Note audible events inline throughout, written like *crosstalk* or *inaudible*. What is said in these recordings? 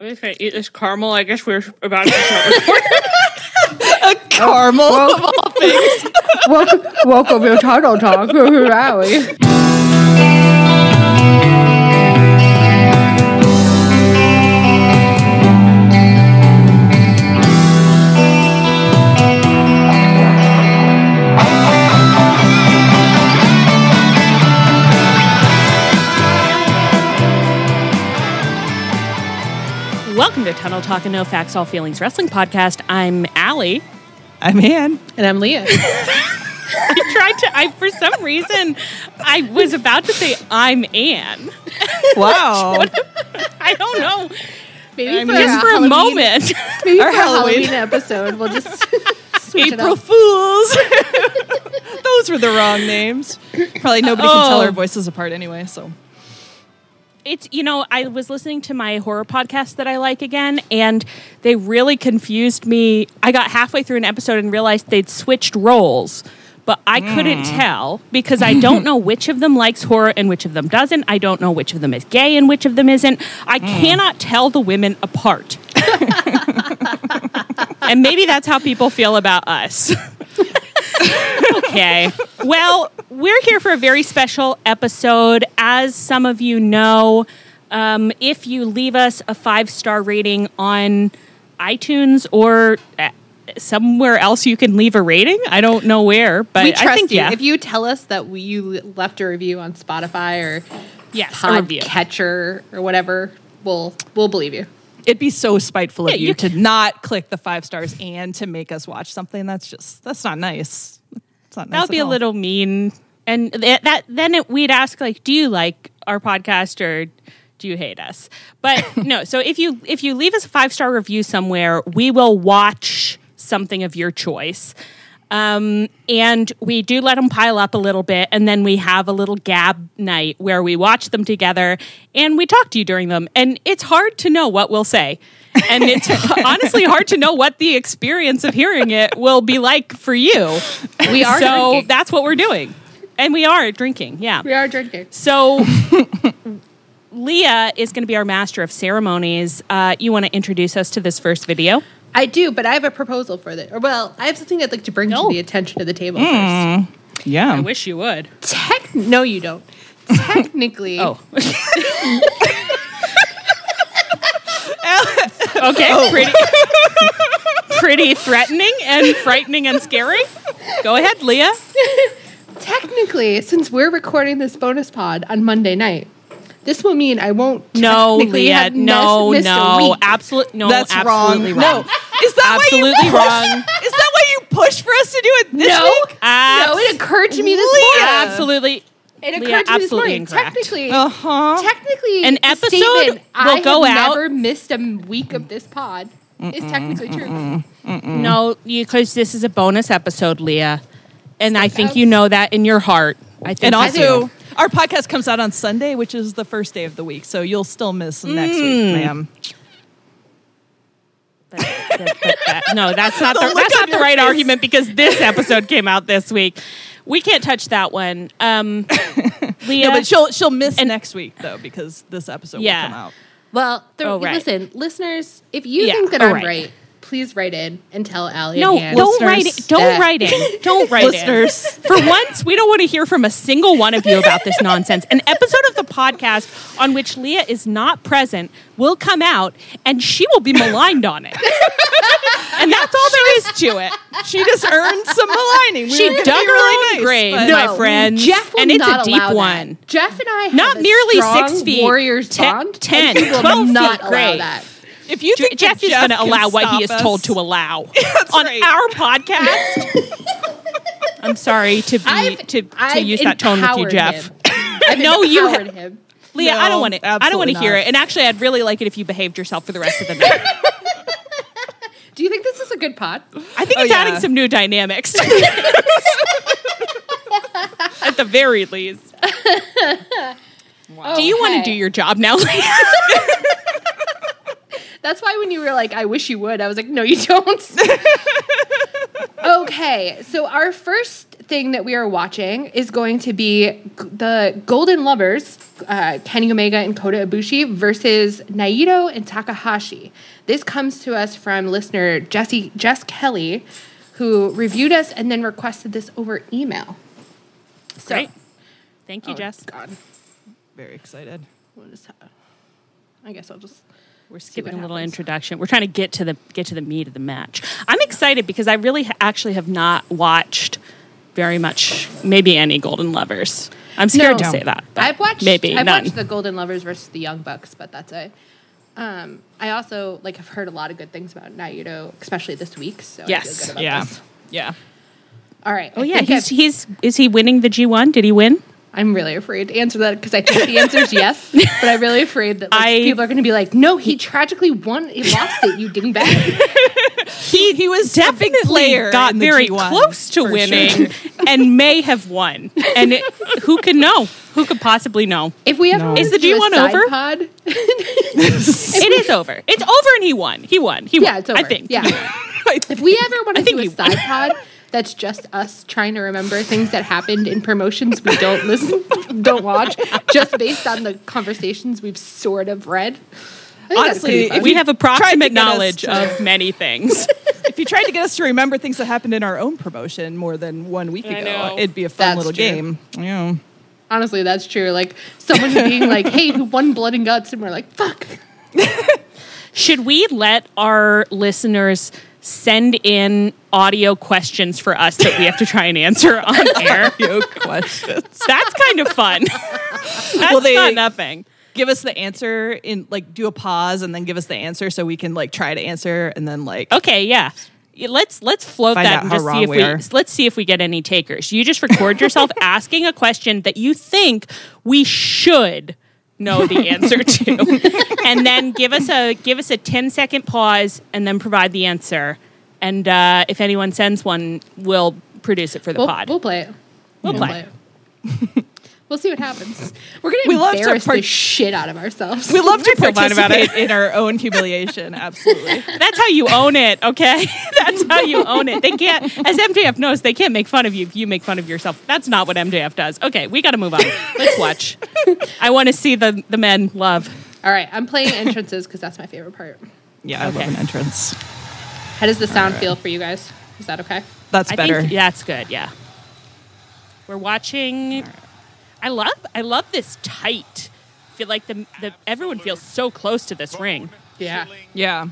I'm just gonna eat this caramel. I guess we're about to start *laughs* recording. A caramel of *laughs* all things. welcome, welcome to Title Talk. *laughs* Who are we? Welcome to Tunnel Talk and No Facts, All Feelings Wrestling Podcast. I'm Allie. *laughs* I'm Ann. And I'm Leah. I tried to. I for some reason I was about to say I'm Anne. *laughs* Wow. I don't know. Maybe I'm for, Just a for a Halloween- moment, *laughs* Maybe Our for a Halloween. Halloween. episode, we'll *laughs* just switch it April up. Fools. *laughs* Those were the wrong names. Probably nobody can tell Oh. our voices apart anyway, so. it's you know I was listening to my horror podcast that I like again, and they really confused me. I got halfway through an episode and realized they'd switched roles. But I couldn't tell because I don't know which of them likes horror and which of them doesn't. I don't know which of them is gay and which of them isn't. I cannot tell the women apart. and maybe that's how people feel about us. *laughs* okay. Well, we're here for a very special episode. As some of you know, um, if you leave us a five star rating on iTunes or uh, somewhere else, you can leave a rating. I don't know where, but we trust I think you. yeah, If you tell us that we, you left a review on Spotify or yes, a review. Podcatcher or whatever, we'll we'll *laughs* believe you. It'd be so spiteful of Yeah, you, you to not click the five stars and to make us watch something. That's just, that's not nice. It's not nice. that would at be a all. little mean. And th- that then it, we'd ask like, do you like our podcast or do you hate us? But *laughs* no. So if you if you leave us a five star review somewhere, we will watch something of your choice. Um, and we do let them pile up a little bit, and then we have a little gab night where we watch them together and we talk to you during them. And it's hard to know what we'll say. And *laughs* it's honestly hard to know what the experience of hearing it will be like for you We are so drinking. that's what we're doing and we are drinking yeah we are drinking. *laughs* so leah is going to be our master of ceremonies uh, you want to introduce us to this first video I do, but I have a proposal for that. Or well, I have something I'd like to bring No. Hmm. to the attention of the table i Yeah. wish you would first. Tech? No, you don't. *laughs* Technically, oh okay Oh. pretty *laughs* pretty threatening and frightening and scary go ahead leah *laughs* technically, since we're recording this bonus pod on Monday night, this will mean I won't. no technically leah have miss- no missed a no week. Oh, absolutely no that's absolutely wrong. No. Is that why Absolutely you push- wrong. *laughs* Is that why you push for us to do it this No. week? no, it occurred to me this Leah. morning. absolutely Leah, It occurred to me this absolutely morning. incorrect. Oh. Technically, Uh huh. technically An the episode statement, will I go have out- Never missed a m- week of this pod is technically true. No, because this is a bonus episode, Leah, and I think out. you know that in your heart. I think And you also, do. our podcast comes out on Sunday, which is the first day of the week. So you'll still miss next week, ma'am. That- that- that- no, that's not the, look that's on not the your right face. argument because this episode came out this week. We can't touch that one, um, Leah. No, but she'll she'll miss next week though because this episode Yeah. will come out. Well, the, Oh, right. listen, listeners, if you Yeah, think that oh, I'm right. right. please write in and tell Allie. no, and Ann don't write listeners it. Don't that- write it. Don't write it. Listeners, For once, we don't want to hear from a single one of you about this nonsense. An episode of the podcast on which Leah is not present will come out, and she will be maligned on it. and that's all *laughs* there is to it. she just earned some maligning. We She were gonna be dug her really own grave, but- my friend. Jeff will and it's not a deep allow that. one. Jeff and I have Not a nearly strong six feet, Warriors ten- bond. ten, and he will 12 not feet, allow great. that. If you think Jeff is going to allow what he is told to *laughs* allow on right. our podcast. *laughs* I'm sorry to be I've to, to I've use that tone with you, empowered Jeff. him. *laughs* I've No, you empowered him. Leah, I don't No, want to. I don't want to absolutely hear not. it. And actually, I'd really like it if you behaved yourself for the rest of the night. Do you think this is a good pod? I think Oh, it's yeah. adding some new dynamics. *laughs* to this. At the very least, do you want to Okay. do your job now, Leah? That's why when you were like, I wish you would, I was like, no, you *laughs* don't. okay, so our first thing that we are watching is going to be g- the Golden Lovers, uh, Kenny Omega and Kota Ibushi versus Naito and Takahashi. This comes to us from listener Jesse Jess Kelly, who reviewed us and then requested this over email. So, Great. Thank you, Oh, Jess. God, Very excited. We'll just ha- I guess I'll just. We're see what skipping a little happens. introduction. We're trying to get to the get to the meat of the match. I'm excited because I really ha- actually have not watched very much, maybe any Golden Lovers. I'm scared to No. say that. but I've watched maybe I've none. watched the Golden Lovers versus the Young Bucks, but that's it. Um, I also like have heard a lot of good things about Naito, especially this week. So I feel Yes. good about yeah. this. Yeah. *laughs* All right. oh yeah, he's, he's is he winning the G1? Did he win? I'm really afraid to answer that because I think the answer *laughs* is yes, but I'm really afraid that like, I- people are going to be like, "No, he tragically won. He lost it. You *laughs* dingbat." He he was definitely player got in the very G1, close to for winning sure. *laughs* and may have won. And it, who could know? Who could possibly know? If we ever No. wanna Is the do a G1 side over? Pod, It is over. It's over, and he won. He won. He won. yeah, it's over. I think. Yeah. *laughs* if we ever want I to think do a you- side pod, that's just us trying to remember things that happened in promotions we don't listen, *laughs* don't watch, just based on the conversations we've sort of read. I think that's pretty Honestly, fun. if we you have tried to approximate get us knowledge to- *laughs* of many things. if you tried to get us to remember things that happened in our own promotion more than one week I ago, know. it'd be a fun That's little true. game. Yeah. honestly, that's true. Like someone being like, "Hey, who won Blood and Guts?" and we're like, "Fuck." Should we let our listeners send in audio questions for us that we have to try and answer *laughs* on air? *laughs* No questions. That's kind of fun. That's Well, they- not nothing. Give us the answer in like do a pause and then give us the answer so we can like try to answer and then like Okay, yeah. Yeah, Let's let's float Find that out and how just wrong see if we we are. let's see if we get any takers. You just record *laughs* yourself asking a question that you think we should know the answer *laughs* to. and then give us a give us a 10 second pause and then provide the answer. And uh, if anyone sends one, we'll produce it for the We'll, pod. we'll play it. We'll play it. *laughs* we'll see what happens. We're gonna We love to embarrass par- the shit out of ourselves. we love to feel bad participate about in our own humiliation. Absolutely. That's how you own it, okay? *laughs* That's how you own it. They can't, as MJF knows, they can't make fun of you if you make fun of yourself. That's not what MJF does. Okay, we got to move on. Let's watch. I want to see the the men love. All right, I'm playing entrances because that's my favorite part. Yeah, I Okay. love an entrance. How does the sound feel for you guys? Is that okay? That's I better. think yeah, that's good. Yeah, we're watching. I love I love this tight. Feel like the, the everyone feels so close to this ring. Yeah. Yeah.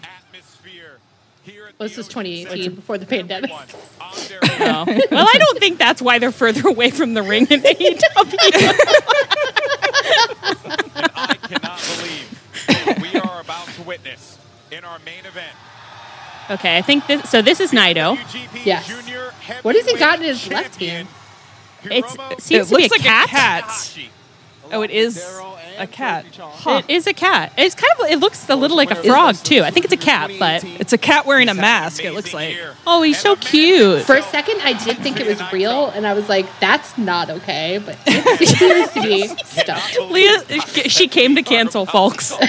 Well, this is 2018 before the pandemic. *laughs* Oh. well, I don't think that's why they're further away from the ring in AEW. I cannot believe what we are about to witness in our main event. Okay, I think this. So this is Naito. WGP Yes. Junior What has he got in Heavyweight his left hand? Champion, It's, Hiromu it seems It to be a looks like a cat. cat. Oh, it is a cat. Huh. It is a cat. It's kind of. It looks a little like a frog too. I think it's a cat, but It's a cat wearing a He's had an mask, it looks amazing like. year. oh, he's And so the man *laughs* cute. For a second, I did think it was real, and I was like, "That's not okay," but *laughs* it seems to be stuffed. cannot believe- Leah, *laughs* she came to cancel, *laughs* folks. oh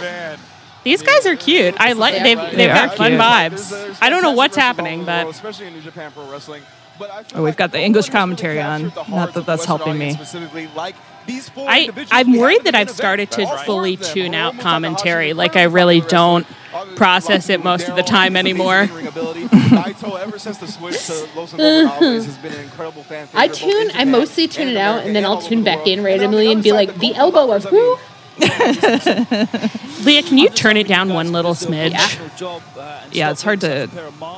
man. These guys are cute. I like. They've they've They are got fun cute. vibes. I don't know what's happening, but especially in New Japan Pro Wrestling. But I feel Oh, we've like got the Owen English has really commentary captured on. the Not hearts that of the that's Western helping me. audience, Specifically, like these four I- individuals I'm we have worried in the that main I've event. started to All four of fully them, tune Hiromu out Takahashi, commentary. Hiromu Like, I really Takahashi, don't others process it like most of the Daryl, time amazing anymore. ring ability. Naito, ever since the switch to Los Angeles, always has been an incredible fan I favorite, both tune- in I Japan mostly tune in it out, America and then I'll all over tune the back world. in And randomly on and the be other like, side, "The Golden elbow Lovers, up, I mean, woo." Leah, can you turn it down one little smidge? Yeah, it's hard to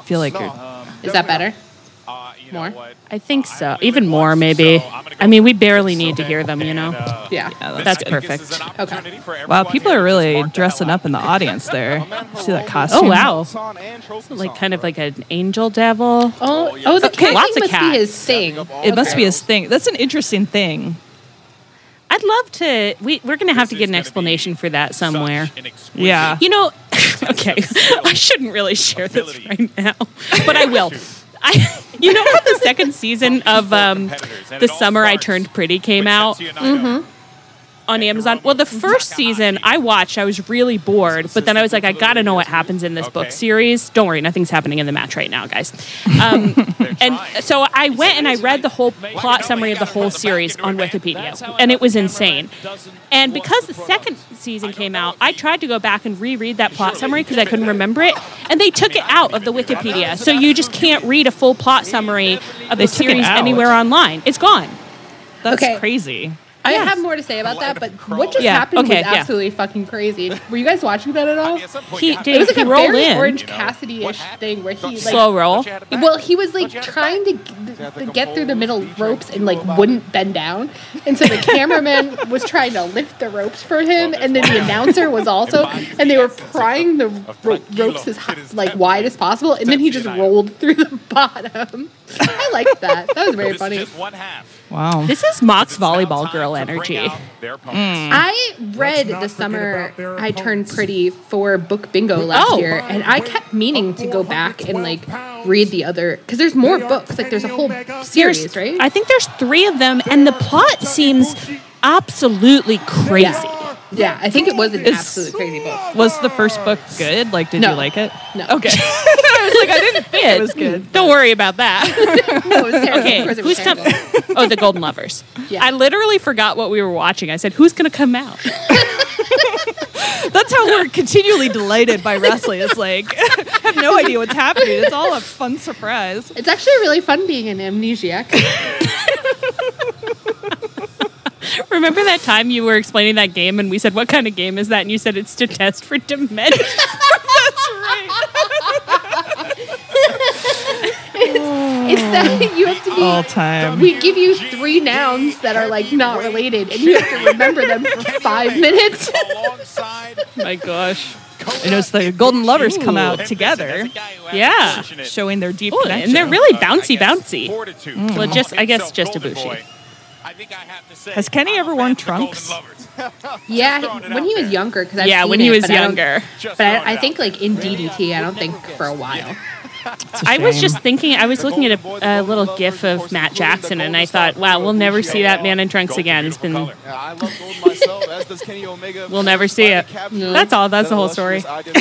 feel like you're Is that better? Uh, you More? know what? I think I so. believe Even it more, was, maybe. so I'm gonna go I mean, for we it. barely need to Okay. hear hear them. You And, know. uh, Yeah. Yeah, this, that's I good. think, this is an Okay. opportunity for Wow, everyone people here are to really spark the hell dressing out. up *laughs* in the audience there. See that Oh costume? wow, Wow. like kind of like an angel devil. Oh, yeah. oh, the Okay, cat lots thing of must cats. be his thing. It must be a thing. That's an interesting thing. I'd love to. We, we're going to have to This get is an gonna explanation be for that Such somewhere. an exquisite Yeah. You know, *laughs* okay, I shouldn't really share this right now, but I will. I, you know how the second season of um, competitors, and the it all summer I starts turned pretty came with Mm-hmm. out. Tetsuya Naito. on Amazon. Well, the first season I watched, I was really bored, but then I was like, I gotta know what happens in this book Okay. series. Don't worry, nothing's happening in the match right now, guys. *laughs* Um, and so I went and I read the whole plot summary of the whole series on Wikipedia, and it was insane. And because the second season came out, I tried to go back and reread that plot summary because I couldn't remember it, and they took it out of the Wikipedia, so you just can't read a full plot summary of the took it series out. anywhere online. It's gone. That's Okay. crazy. I Yes. have more to say about that, but what just Yeah, happened okay, was yeah. absolutely fucking crazy. Were you guys watching that at all? He It was like He a rolled very in. Orange You know, Cassidy-ish thing where he like Slow roll. Well, he was like Don't you have trying to have g- like a get through the pole middle with each ropes rope and like about it? wouldn't bend down, and *laughs* so the cameraman was trying to lift the ropes for him, and then the announcer *laughs* was also, and they were prying the ro- ropes as hi- like wide as possible, and then he just rolled through the *laughs* bottom. I liked that. That was very funny. one half. Wow. This is Mox volleyball Now girl time to energy. bring out *laughs* their opponents. I read not the forget summer about their I turned opponents. pretty for book bingo last Oh. year, and I kept meaning to go back and like read the other because there's more They are books. Like there's a Kenny whole Omega. series, right? I think there's three of them, and the plot seems absolutely crazy. Yeah, I think it was an It's- absolute crazy book. Was the first book good? Like, did No. you like it? No. *laughs* Okay. I was like, I didn't think *laughs* it was good. Don't worry about that. No, it was terrible. Okay, Of course it *laughs* who's was com- terrible. Oh, the Golden Lovers. *laughs* Yeah. I literally forgot what we were watching. I said, "Who's going to come out?" That's how we're continually delighted by wrestling. It's like, *laughs* I have no idea what's happening. It's all a fun surprise. It's actually really fun being an amnesiac. Remember that time you were explaining that game, and we said, "What kind of game is that?" And you said, "It's to test for dementia." It's that you have to be. All time. We give you three nouns that are like not related, and you have to remember them for five minutes. Alongside My gosh. I noticed the Golden Lovers come out together, Yeah. showing their deep Oh, connection. and they're really bouncy, bouncy. Mm. Well, just- I guess just Ibushi. Has Kenny ever worn trunks? *laughs* *laughs* Yeah, when he was younger, because Yeah, when he was younger. But I, I think like in DDT, I don't think for a while. I was just thinking, I was looking at a, a little gif of Matt Jackson, and I thought, wow, we'll never see that man in trunks again. It's been. Yeah, I love gold myself, as does Kenny Omega. *laughs* We'll never see it. That's all- that's the whole story. That's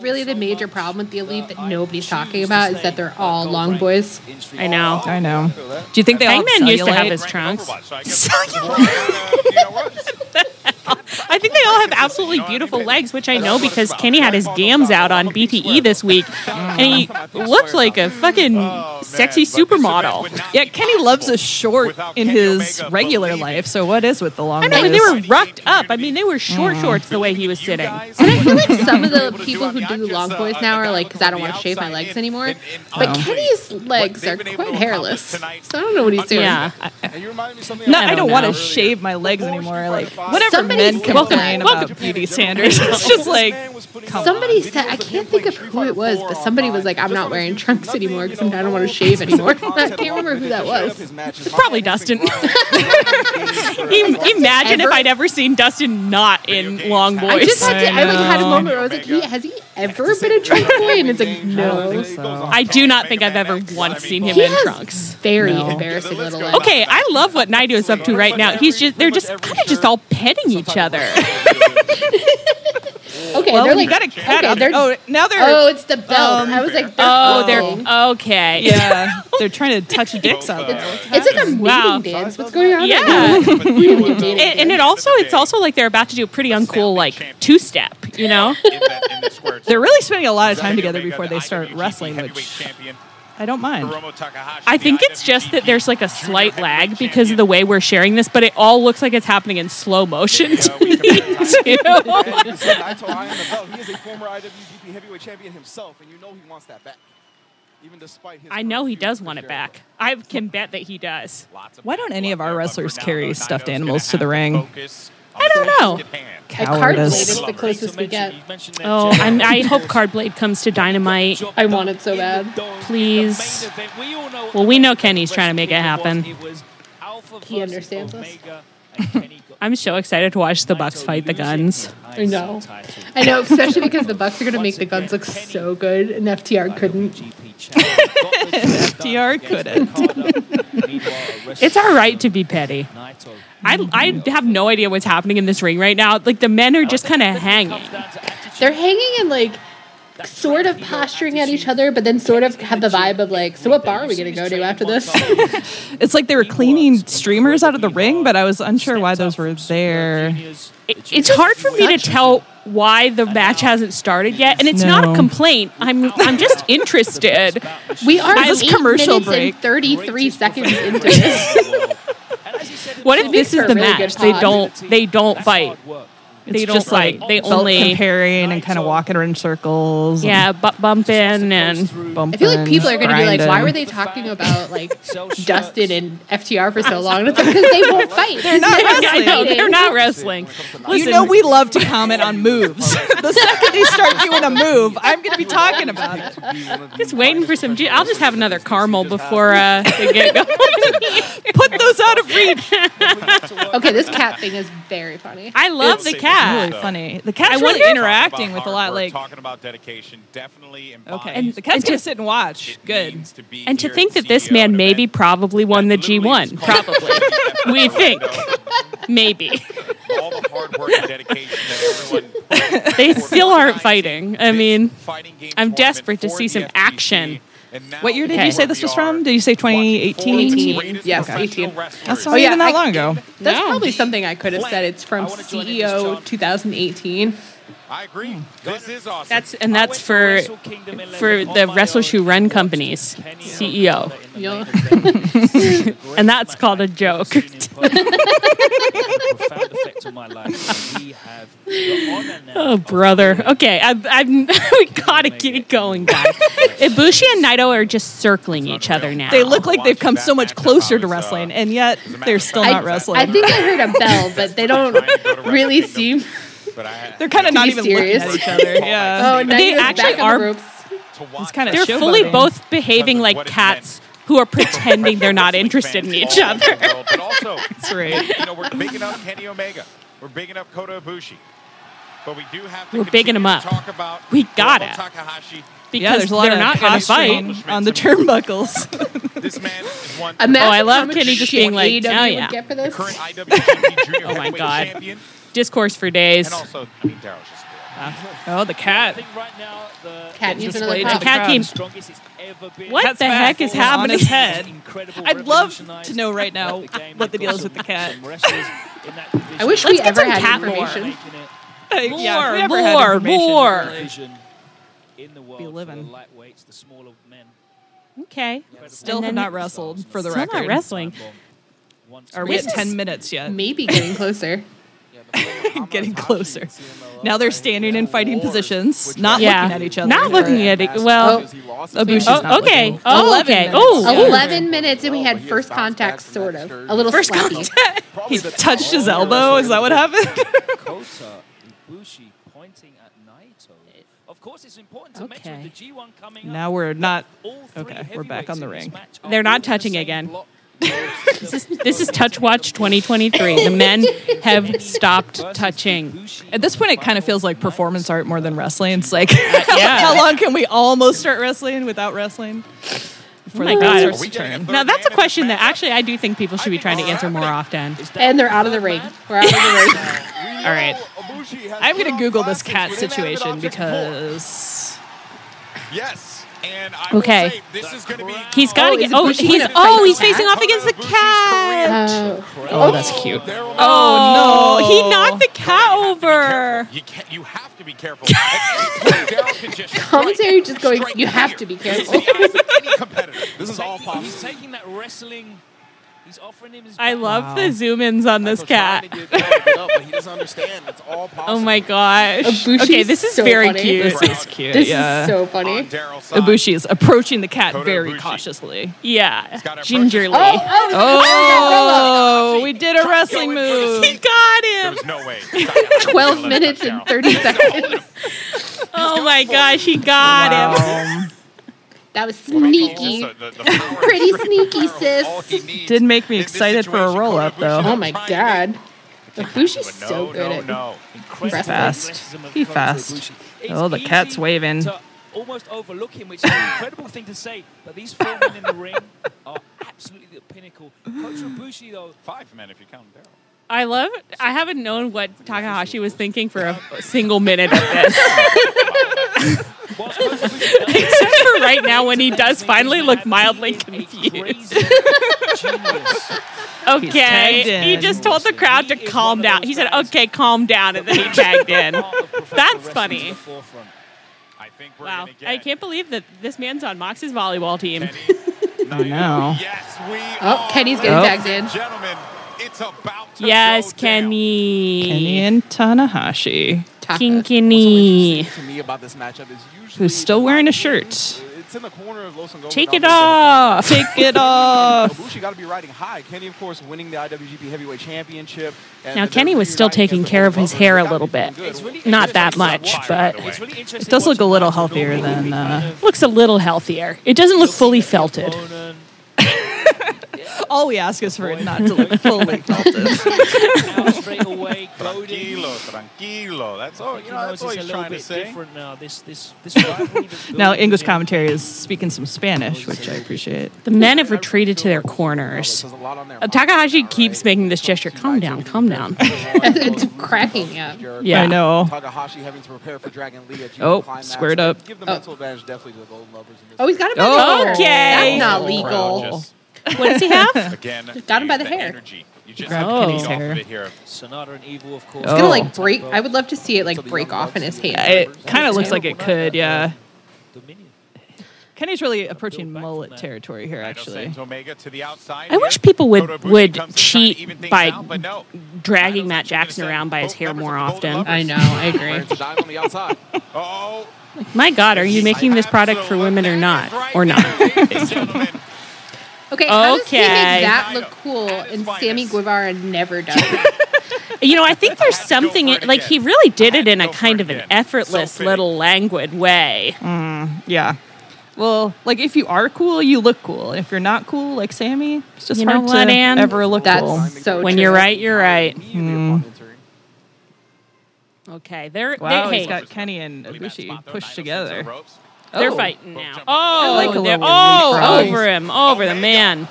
really the major problem with the elite that nobody's talking about is that they're all long boys. I know. I know. Do you think they all Hangman have used to have cellulite? his trunks. *laughs* Cellulite. I think they all have absolutely beautiful legs, which I know because Kenny had his gams out on BTE this week, and he looked like a fucking sexy supermodel. Yeah, Kenny loves a short in his regular life. So what is with the long? I know, and legs? they were rucked up. I mean, they were short shorts the way he was sitting. And I feel like some of the people who do long boys now are like, because I don't want to shave my legs anymore. But Um, Kenny's legs are quite hairless, so I don't know what he's doing. Yeah. And you remind me of something No, I I don't don't want know. to shave my legs anymore. Like whatever Somebody men said- complain Welcome- about welcome. beauty standards, *laughs* it's just like Somebody said, I can't think of who it was, but somebody was like, I'm not wearing trunks anymore because I don't want to shave anymore. *laughs* I can't remember who that was. Probably *laughs* Dustin. Im- imagine if Ever? I'd ever seen Dustin not in long boys. I just had to, I like had a know. moment where I was like, he, has he ever been a trunk boy? And it's *laughs* like, no. I do not think I've ever once seen him He in has- trunks. Very No. embarrassing little legs. Okay, I love what Naidu is up to right now. He's just they're just kind of just all petting each other. Okay, well, they're we like, got a cat. okay, on they're- oh, Um, now they're oh, it's the belt. I was like, Oh, fucking- they're okay. *laughs* yeah, they're trying to touch dicks up. It's like a mating Wow. dance. What's going on? Yeah. Really dating. And, and it also it's also like they're about to do a pretty uncool like two step, you know? They're really spending a lot of time together before they start wrestling, which I don't mind. I think it's just that there's like a slight lag because of the way we're sharing this, but it all looks like it's happening in slow motion. to me, *laughs* too. He is a former IWGP heavyweight champion himself, and you know he wants that back. Even despite his I know he curfew does for want it sure. back. I can bet that he does. Why don't any of our wrestlers carry stuffed animals to the ring? I don't know. A card blade is the closest we get. Oh, I'm, I *laughs* hope Cardblade comes to Dynamite. I want it so bad. Please. Well, we know Kenny's trying to make it happen. He understands us. *laughs* I'm so excited to watch the Bucks fight the guns. I know. I *laughs* know, especially because the Bucks are going to make the guns look so good, and FTR couldn't. *laughs* FTR couldn't. It's our right to be petty. I, I have no idea what's happening in this ring right now. Like the men are just kind of hanging. They're hanging and like sort of posturing at each other, but then sort of have the vibe of like, so what bar are we gonna go to after *laughs* this? *laughs* It's like they were cleaning streamers out of the ring, but I was unsure why those were there. It, it's hard for me to tell why the match hasn't started yet, and it's not No. a complaint. I'm I'm *laughs* just interested. we are This is eight commercial minutes break. and thirty-three seconds *laughs* into this. What if this is for a the really match? good They pod. don't they don't fight. It's They don't just like fight. They belt only- comparing and kind of walking around in circles. Yeah, butt bumping and I feel like people are going to be like, why were they talking about *laughs* like Dustin and FTR for so long? And it's because they won't fight. *laughs* They're not yeah, *laughs* I wrestling. know they're not wrestling. You Listen, know we love to comment on *laughs* moves. the second they start doing a move, I'm going to be talking about it. just waiting for some. G- I'll just have another caramel before *laughs* uh, they get going. Put those out of reach. Okay, this cat thing is very funny. I love the cat. Really funny. The cat's I really wonder- interacting with a lot. Like talking about dedication, definitely okay, embodies and the cat's and going to to- sit and watch. it Good. means to be And to here E think at that this E CEO man at maybe event probably won the that literally G1. is called *laughs* Probably. the We F1 think. window. *laughs* Maybe. *laughs* all the hard work and dedication that everyone put They forth still aren't organizing fighting. I this mean, fighting game I'm tournament desperate to for see the some FGC, action. and now What year did Okay. you say this was from? Did you say 2018? 18. Yes, Yes, 18. 18. That's not Oh, yeah, even that I- long ago. That's No. probably something I could have Plan. said. It's from E I wanna join in this CEO job. 2018. I agree. This is awesome. Hmm. That's and that's for for the Wrestle Shoe Run Company's CEO. Yeah. *laughs* And that's called a joke. *laughs* Oh, oh, brother. Okay, I, *laughs* I'm, we gotta get it going, guys. Ibushi and Naito are just circling each other now. They look like they've come so much Watching that closer to match, I was, uh, wrestling, and yet a matter they're of still fact, not I- I wrestling. I think I heard a bell, but they don't really seem. *laughs* But I, they're kind of not be even serious. looking at each other. *laughs* Yeah. *laughs* Oh, now They you're actually back are- on the ropes. it's kinda They're showboating. fully both behaving like cats who are pretending they're *laughs* not interested in each other. But *laughs* also, That's right. you know, we're bigging up Kenny Omega. We're bigging up Kota Ibushi. But we do have to We're bigging continue 'em to up. Talk about We gotta. Hiromu Takahashi. Yeah, Because there's a lot they're of not gonna posturing fight. on the turnbuckles. This man is one Imagine I love how much Kenny just shit being like, AEW "Oh, would yeah." Get for the this? current IWGP *laughs* Junior Oh my Heavyweight God. Champion. discourse for days. And also, I mean, Daryl's just cool. oh, the cat. Cat needs another displayed pop. at the crowd. came- What the heck is happening? his head. I'd love to know right now what the deal is with the cat. I Let's wish we get ever some had cat information. Uh, More, *laughs* yeah, if we ever had more, information, more. really. In the world, Be for the living. lightweights, the smaller men. Okay. Still And have then- not wrestled for the Still record. not wrestling. Are we at This is- 10 minutes yet? Maybe *laughs* getting *laughs* closer. *laughs* Getting closer. Now they're standing in fighting positions, not Yeah. looking at each other. Not looking at it. Well, Ibushi's oh, not okay. looking. Oh, 11 okay. minutes. Oh, ooh. 11 minutes and we had first contact, sort of. A little First slacky. contact. He touched his elbow. Is that what happened? Kota Ibushi pointing at Naito. Of course, it's important to mention Okay. with the G1 coming *laughs* up. now we're not. all three okay, we're back heavyweights on the in this ring. match are They're not all in the touching same again. *laughs* block. This is, this is Touch Watch 2023. The *laughs* men *laughs* have stopped touching. At this point, it kind of feels like performance art more than wrestling. It's like, *laughs* yeah. how long can we almost start wrestling without wrestling? Before my the bell God. starts Are we to getting turn. a third Now, that's a man in question this that matchup? actually I do think people should be trying to answer more often. And they're out of the ring. We're out of the ring. All right. I'm going to Google this cat situation because. Yes. And I will Okay. say, this is going to be. He's got to Oh, get. is Oh, Ibushi he's gonna fight oh, the he's facing cat? off against the Ibushi's cat. Oh. Oh, that's cute. Daryl- Oh, er. no. he knocked the cat You have to be over. careful. You, can't, you have to be careful. At any *laughs* point, Daryl can just Commentary just going, strike you have here. to be This is careful. the eyes of any competitor. This is all Taking, he's possible. taking that wrestling. He's offering him his. I back. love Wow. the zoom ins on this cat. Oh my gosh. Ibushi's Okay, this is so very funny. cute. This is cute. This yeah. is so Oh, funny. Ibushi is approaching the cat Kota very Ibushi. cautiously. Yeah, gotta approach gingerly. this Oh, Oh, Oh, we did a wrestling move. he got There him. was no way. 12 minutes and 30 seconds. Oh my gosh, he got him. That was sneaky. Pretty sneaky, sis. Didn't make me excited for a roll-up, though. Oh my god. Ibushi's no, so good no, at no. Incredible Fast. athleticism of He Kota fast. Ibushi. It's Oh, the cat's easy waving. to almost overlook him, which is an incredible thing to say. But these four men in the ring are absolutely the pinnacle. Coach Ibushi, though, Five men if you count Daryl. I love. I haven't known what Takahashi was thinking for a *laughs* single minute of this, whilst *laughs* Coach Ibushi does except for right now when he does think finally he's look mad, he mildly is a confused. crazy genius. tagged Okay, he in. just told the crowd to He is calm one of down. those He said, guys. "Okay, calm down," and then *laughs* he tagged in. Part of professional That's wrestling to funny. the forefront. I think we're Wow, going to get I can't believe that this man's on Mox's volleyball team. I know. Yes, we Oh, are. Kenny's getting Oh. tagged in. Gentlemen, it's about to Yes, go down. Kenny. Kenny and Tanahashi. Taka. King What's Kenny. so interesting to me about this matchup is usually Who's still the wearing a locker shirt. room, It's in the corner of Los Angeles. Take it off. Ah, Take *laughs* it off. Ibushi got to be riding high. Kenny, of course, winning the IWGP Heavyweight Championship. and Now, they're Kenny was still reuniting taking against the care of Golden his Lovers. hair They a gotta little be feeling bit. good. It's really Not that interesting. much, Why, but- by the way? It's really interesting. It does look a watching little Naito healthier Noble than, be uh, kind of Looks a little healthier. It doesn't look looking fully at the felted. opponent. All we ask is for it not to look fully felted. *laughs* Now straight away, goading. Tranquilo, tranquilo. That's all. You You know, know, that's it's all just a he's little trying to bit say. different now. This, this, this *laughs* rivalry that's Now, building English here. commentary is speaking some Spanish, which I appreciate. The men have retreated to their corners. There's a lot on their Uh, mind Takahashi now, keeps right? making this gesture. Calm down, calm down. *laughs* It's cracking me up. Yeah. I know. Takahashi having to prepare for Dragon Lee. at G1 Oh, climax. squared up. Give the Oh. mental advantage definitely to the Golden Lovers. In this Oh, he's got him by Oh. the hair. Okay. That's not Oh. legal. Just, What does he *laughs* have? again, *laughs* Got him by the the hair. Energy. You just Grabbed have to Kenny's get off hair. of it here. Sonata and Evil, of course. It's It's gonna Oh. like break. I would love to see it like So the break young off in bucks his do hand. It kind of looks like it could, yeah. uh, Dominion. Kenny's really approaching mullet territory here, actually. Sent Omega to the outside. I wish here. people would- Kota Ibushi would comes to try to cheat even things by out, but no. Dragging Matt Jackson around by his hair more often. I know. I agree. Clarence Dime on the outside. Oh, My God, are you making this product for women or not? Or not? *laughs* Oh, Okay. How does he make Okay. that look cool and Sammy Guevara never does? it? You know, I think there's something *laughs* Go for it like he again. really did I it had in to a go for kind it of an again. effortless, So fitting. little languid way. Mm. Yeah. Well, like if you are cool, you look cool. If you're not cool, like Sammy, it's just You know hard what, to Ann? ever look That's cool. so. When true. you're right, you're right. Immediately upon entering. Okay, they're Wow, they, he's hey, got Kenny and Ibushi pushed together. they're Oh. fighting now. jump up. Oh, I like a they're, oh, little surprise. over him, over the Omega. man.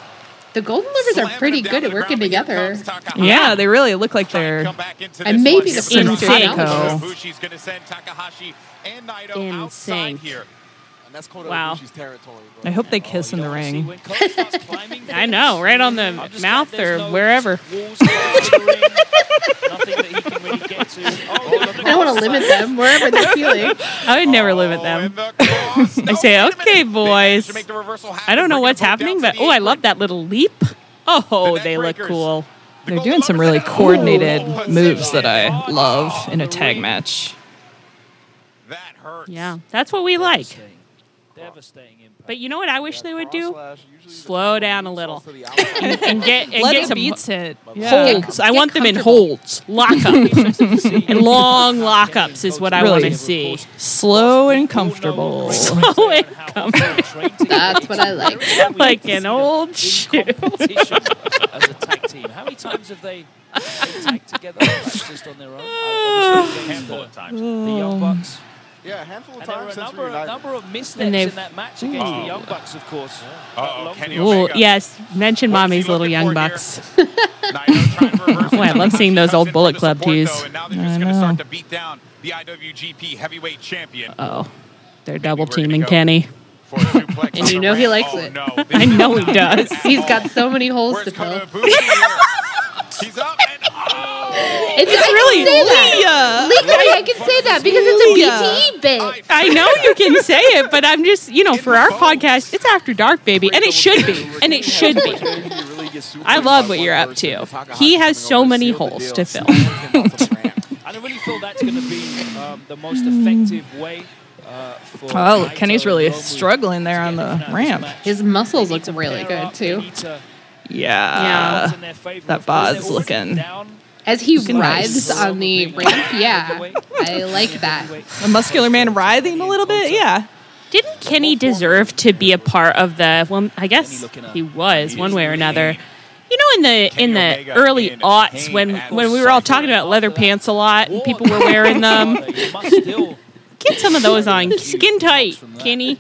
The Golden Lovers are pretty good at working together. Yeah, they really look like they're. And maybe the Sinister Psycho. Bushi's going to send Takahashi and Naito Insane. outside here. And that's Kota Wow. Ibushi's territory. bro. I hope they Oh, kiss you in the don't wanna ring. *laughs* I know, right on the mouth or wherever. *laughs* *laughs* I don't want to limit them wherever *laughs* they're feeling. I would never live at Oh, them. and the cross. *laughs* I say, wait a minute. "Okay, They managed to boys." make the reversal happen, I don't know bring what's them both happening, down but to the oh, I apron. love that little leap. Oh, The they look neckbreakers. cool. The They're Golden doing some Lovers really have- coordinated Oh, moves that position. I love in a Oh, tag the match. That hurts. Yeah, that's what we like. Devastating impact. But you know what I wish they would do? cross slash, usually the Slow down a cross little. to the outside. *laughs* And get and Let get it some beats it. Yeah. holds. I want them in holds, lock *laughs* up, *laughs* and long lockups is what I Really? want to see. Slow *laughs* and comfortable. *laughs* Slow and comfortable. That's what I like. *laughs* Like an old shoe. competition as a tag team. How many times have they, they tagged together like, just on *sighs* their own? Uh, obviously against Handful the, of times. the Young Bucks. Yeah, a handful of And there were times a since number, a reunited. number of missteps And they've- in that match against the Young Bucks, of course. Uh, Uh-oh, Long- Kenny Ooh, Omega. yes, mention What's he mommy's little looking young for here? bucks. *laughs* Naito trying to *laughs* reverse it. Boy, I love seeing those Comes old in for Bullet the Club support, tees. though, and now they're I just going know. to start to beat down the IWGP Heavyweight Champion Oh, they're double we're gonna teaming go. Kenny. for a suplex on And you the know he ring. likes Oh, *laughs* it. no. I know he does. He's got so many holes Where's to Kota fill. Ibushi here? He's up and oh! It's, I really can say that. Yeah. Legally, I can say that because it's a BTE I bit. I know you can say it, but I'm just, you know, for the our bones. podcast, it's after dark, baby, and it should be, *laughs* and it should be. I love what you're up to. He has so many holes to *laughs* fill. *laughs* And I really feel that's going to be um, the most effective way uh, for. Oh, Naito Kenny's and really Nobu struggling there to on get the anything out of this ramp. match. His They muscles need look to really pair good up, they too. need to Yeah. odds in their favor. Uh, that Of course, they're bar's already looking- down. As he Looking writhes nice. on the ramp, yeah, Ah, I like that. A muscular man writhing a little bit. Yeah. Didn't Kenny deserve to be a part of the? Well, I guess he was one way or another. You know, in the in the early *laughs* *laughs* aughts, when when we were all talking about leather pants a lot and people were wearing them, *laughs* You must still Get some of those on. Huge Skin tight, box from that. Kenny.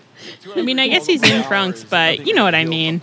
I mean, I guess he's in trunks, but you know what I mean.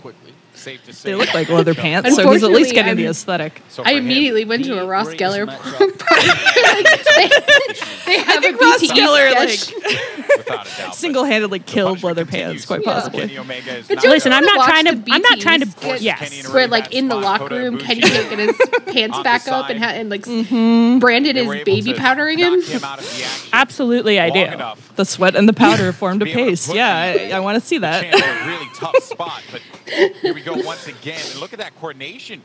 Safe to say. They look like leather pants, so he's at least Unfortunately, getting the I'm- aesthetic. So I for him, immediately went to the a Ross greatest Geller matchup. party. Like, *laughs* they, they have a Ross BTE Geller, sketch. without a doubt, but Single-handedly the punishment killed leather continues. pants, quite Yeah. possibly. Kenny Omega is But not *laughs* you Listen, gonna- I'm not Watch trying to. the I'm not trying BTE to. sketch. Yes. where like in the locker room, Kenny had his pants *laughs* On the back up and side. had and like Mm-hmm. branded They his were able baby to powdering knock him. out of the action Absolutely, I long do. enough. The sweat and the powder formed a Be able to pace. put Yeah, the- I, I want to see Champ that. in a really tough spot, but here we go once again. And look at that coordination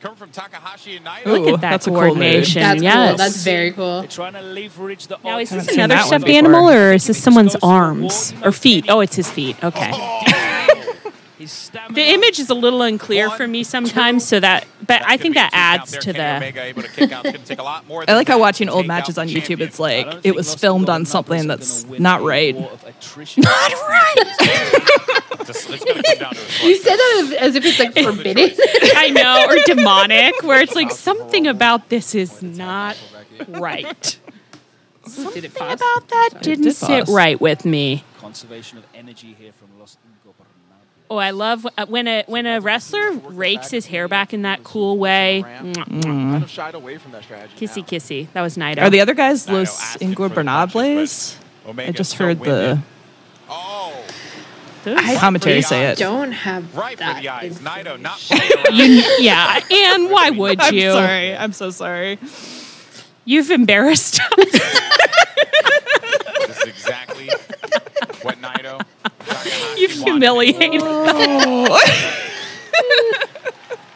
coming from Takahashi and Naito. Ooh, Look at that that's a cool move. coordination. That's yes. cool. That's very cool. They're trying to leverage the. Now is odds. this seen another that one stuffed before. animal, or is this If it someone's goes to the wall, arms you know or feet? Kenny- Oh, it's his feet. Okay. Oh. *laughs* His stamina- The image is a little unclear One, for me sometimes, so that. But I could think be a that two count adds there. to Kenny the. Omega able to kick out. It's gonna take a lot more I than like how that to watching old take matches out on the YouTube, champion. it's I like don't it think was Los filmed Angeles on numbers something are that's gonna win not a right. war *laughs* of attrition. It's, it's gonna come down to his You legs. said that as if it's like *laughs* forbidden. I know, or demonic, where it's like something about this is not right. Did Something it pause? about that didn't did sit pause. right with me. Conservation of energy here from Los Ingobernables. Oh, I love uh, when a when a wrestler rakes his hair back in that cool way. Mwah. Kind of shied away from that strategy. Mm-hmm. Kissy now. kissy. That was Nido. Are the other guys Naito Los asking for the Ingobernables? punches, but I Omega just still heard the winded. Oh, commentary say it. Don't have right that for the eyes. information. Naito not playing around. You- yeah, and *laughs* why would I'm you? sorry. I'm so sorry. You've embarrassed. This is exactly *laughs* what Naito. *laughs* Takahashi You've wanted. humiliated.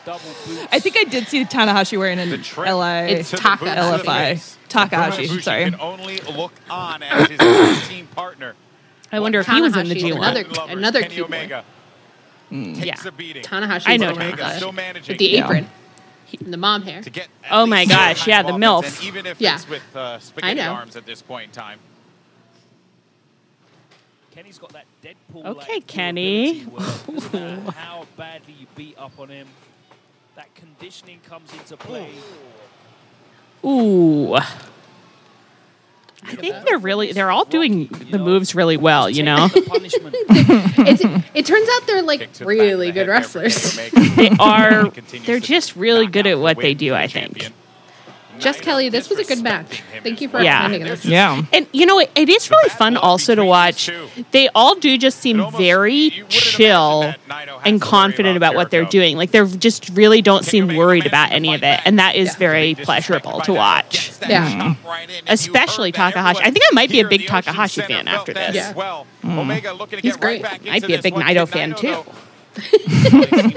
Double boots. I think I did see Tanahashi wearing an The trip LI. It's to the Taka- booth LFI. place. Takahashi, Ibushi sorry. can only look on as his team partner. I wonder if he was in the Tanahashi, G one. Another- Titan lovers, another Kenny key point. Omega takes Yeah. a beating. Tanahashi. I know was wearing Tanaka. the- Still managing with the Yeah. apron, and the mom hair. to get. at Oh my least some gosh, kind yeah, of the offense, MILF. And even if Yeah. it's with uh, spaghetti know. arms at this point in time, Kenny's got that Deadpool. Okay, Kenny. *laughs* how badly you beat up on him. That conditioning comes into play. Ooh. I think they're really they're all doing the moves really well, you know. Take *laughs* the punishment. It's, it turns out they're like kick to the back of really the good head there for wrestlers. Kenny They Omega. *laughs* are Continues they're to just really knock good out at the what they win do, for I the think. champion. Jess Naito Kelly, this was a good disrespecting match. him Thank as you for well. Yeah. reminding us. Yeah. And you know, it, it is really fun also to watch. They all do just It seem almost- you very wouldn't imagine chill that Naito has to worry and confident about what they're Jericho. doing. Like they're just really don't seem Omega worried managed about to any of fight it, back. and that is Yeah. very Distracted pleasurable by to that. watch. Gets that Yeah. chop right in, and you Especially heard that. Takahashi. I think I might be a Everyone big here in the Ocean Takahashi Center fan felt after that this. as well. Omega looking to He's get right great. back I'd into be a this big one. Naito Did fan, too. though- Seems like to be able to make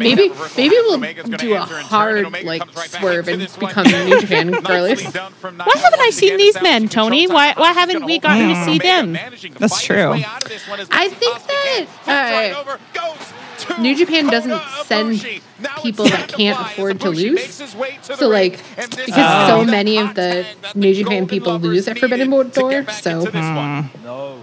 Maybe that reversal maybe happen. we'll Omega's gonna do a enter and turn, and hard Omega like comes right back swerve into and this one. become New Japan Nicely girlers. done from Naito Why haven't I once seen again, these establishing men, control. Tony? Why- why Takahashi haven't gonna we hold gotten to on. see Omega them? managing to That's fight his true. way out of this one as I much as think possible. that, Flips right uh, over, goes to New Japan Kota doesn't send Ibushi. Now it's people that time to can't fly as afford to Ibushi lose. makes his way to the So, ring, like, and this because is so the many of hot the tag that New the Japan Golden people Lovers lose at Forbidden needed to Door, get back so- into this one. Hmm. no.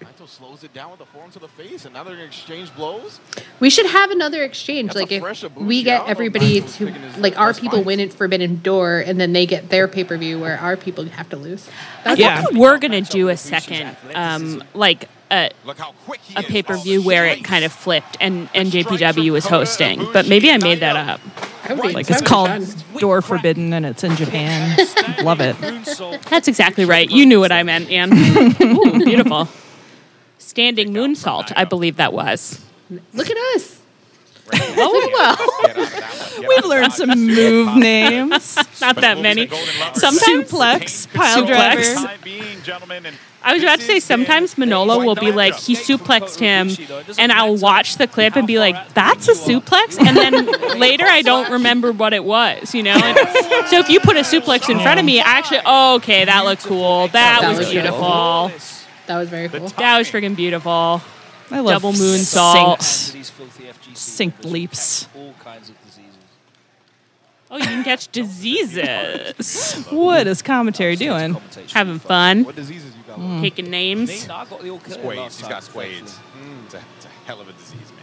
Naito slows it down with a form to the face, and now they're going to exchange blows. We should have another exchange. That's like a if fresh Ibushi. we I get don't know everybody if Naito's to picking his like our best people fights. win at Forbidden Door, and then they get their pay per view where our people have to lose. I That's think Yeah. we Um, we're gonna do a second, um, like a, Look how quick he a is. pay per All view the where it strikes. kind of flipped and and Strikes JPW was from Kota hosting, Ibushi, but maybe I made that Naito. up. I would be Like it's so called done. Door Forbidden and it's in Japan. Love it. *laughs* That's exactly right. You knew what I meant, Anne. Ooh, *laughs* beautiful. Standing Takedown from moonsault, Naito. I believe that was. Look at us. Oh well, Get *laughs* out of that one. Get We out of learned that some one. move names. not that many. Sometimes Suplex, pile Suplex. driver. I was about to say sometimes Manolo will be like he suplexed him, and I'll watch the clip and be like, "That's a suplex," and then later I don't remember what it was, you know. And so if you put a suplex in front of me, I actually, oh, okay, that looked cool. That was beautiful. That was very cool. That was freaking beautiful. I love Double moonsault. syncs. Synced leaps. All kinds of diseases. Oh, you can catch diseases. *laughs* What is commentary doing? Commentation. Having fun, What diseases you got? taking names. I got the all clear Squades. last He's got time, squades. thankfully. Hmm. It's a, it's a hell of a disease, man.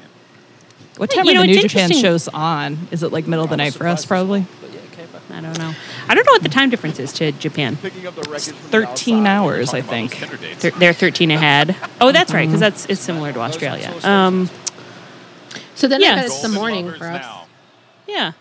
What time You are know, the it's New Japan interesting- shows on? Is it like middle of the night for us, probably? But yeah, it came back. I don't know. I don't know what the time difference is to Japan. Picking up the wreckage from the 13 outside. hours, I Talking about those think. Tinder dates. They're, they're 13 ahead. Oh, that's right, because that's it's similar to Australia. Um, So then Yeah. I bet it's the Golden morning lovers for us. now. yeah,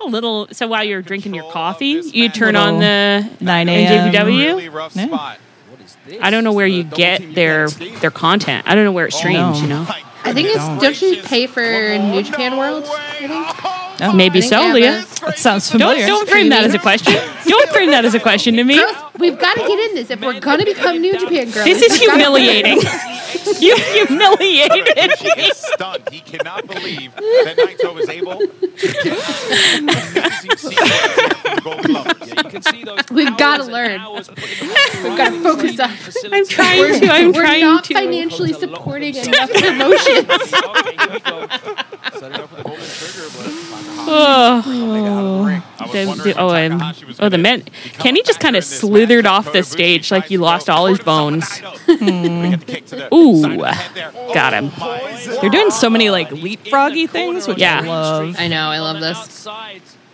a little. So while you're drinking your Control of coffee, this you match. turn on the 9 a.m. NJPW. Really rough Yeah. spot. What is this? I don't know where The you double team get you their can't see. their content. I don't know where it streams. no. You *laughs* know, I think it's Don't. don't you Gracious. pay for Oh, New Japan no World? way. I think. Oh, Oh, maybe I think so, Emma- Leah. That sounds Don't familiar. don't frame that as a question. Don't frame that as a question to me. Girls, we've got to get in this if we're going to become New Japan girls. This *laughs* is humiliating. *laughs* You humiliated He is stunned. He cannot believe that Naito was able to get from Gold Gloves. You can see those *laughs* We've hours gotta and learn. hours put in *laughs* We've got to focus on. I'm trying *laughs* We're, to. I'm we're trying not to. financially supporting enough promotion. *laughs* Okay, here we go. *laughs* Set it up with a golden trigger, *sighs* but Oh, I was the- wondering the- if oh, I'm- Takahashi was oh, the gonna men. become Kenny a just factor kind in of this slithered match. off the Kota Ibushi stage like he tries to lost go all his for himself with bones. Hmm. Naito. We get the kick to the Ooh. side of the head there. Oh, Got him. my They're doing so many like leapfroggy things, which Yeah. I love. I know, I love this.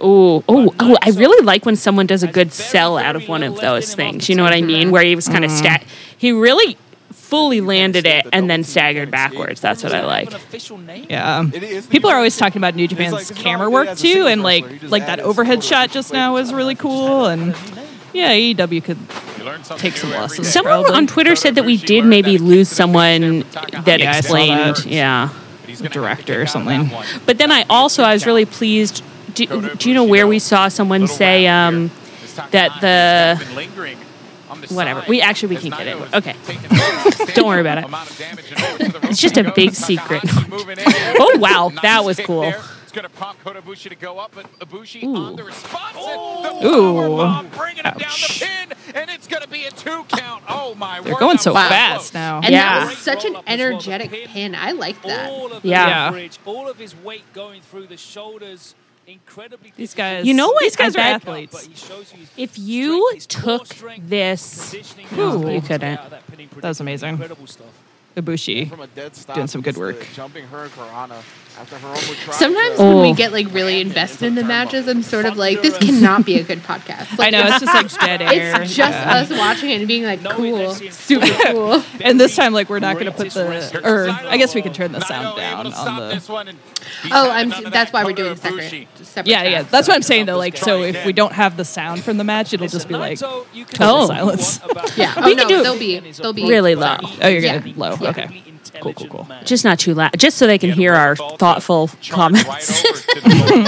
Oh, oh, oh! I really like when someone does a good sell out of one of those things. You know what I mean? Where he was kind of stat. He really fully landed it and then staggered backwards. That's what I like. Yeah. it is the People are United always talking about New Japan's like, it's not camera like work as a too, single and like wrestler, you just like add that it as a overhead photo shot to just display now the was top. really cool, and yeah, AEW could You learn something Take some new every lessons. day. Someone on Twitter said that we did maybe lose someone that Yeah, I saw explained. that. Yeah. But he's gonna director have to or kick out of something. that one. But then I also I was really pleased. Do, do you know where we saw someone Little say round um, here. This Takahashi that has the- been lingering on the whatever. side We- actually, we as can get Naito it. has Okay. taken *laughs* a substantial worry about it. amount of damage and over to the rope It's just he a goes. big secret. Takahashi moving in. *laughs* Oh, wow. Nice That was kick cool. there. It's going to prompt Kota Ibushi to go up, but Ibushi on Ooh. the response. and the Ooh. powerbomb bringing him down Ouch. the pin, and it's going to be a two count. Oh, my they're word, going that so was fast close. now. And Yeah. that was such an energetic pin. I like that. All Yeah. of the Yeah. leverage, all of his weight going through the shoulders. Incredibly These difficult. guys- You know what? These guys I are bet- athletes. But he shows you his If you strength, his core took strength, this, conditioning, Ooh. and you his ability to couldn't. get out of that pinning That was predicament. amazing. Incredible stuff. Ibushi. From a dead stop, Doing some good it's the work. Jumping her Karana after her own try. Sometimes Oh. when we get like really invested in the matches, I'm sort of like, this cannot be a good podcast. I *laughs* Like, know it's just *laughs* like dead air. It's just yeah. us watching it and being like, No, cool, that's the- super *laughs* cool. And this time, like we're not going to put Greatest the wrestler. or I guess we can turn the Naito able sound to down stop on the. this one, and he's Oh, had I'm. none of That's that. why we're Kota doing Ibushi. separate. separate Yeah, yeah, tracks. that's what I'm saying though. Like, so guy. if we don't have the sound from the match, it'll just be like, Naito, you can total say what you silence. want about Yeah. him. Oh, We no, could do it they'll be. They'll be really low. oh, you're gonna Yeah. low. Okay, Cool, cool, cool. just not too loud, just so they can hear our thoughtful Charged comments Right over *laughs* to the lower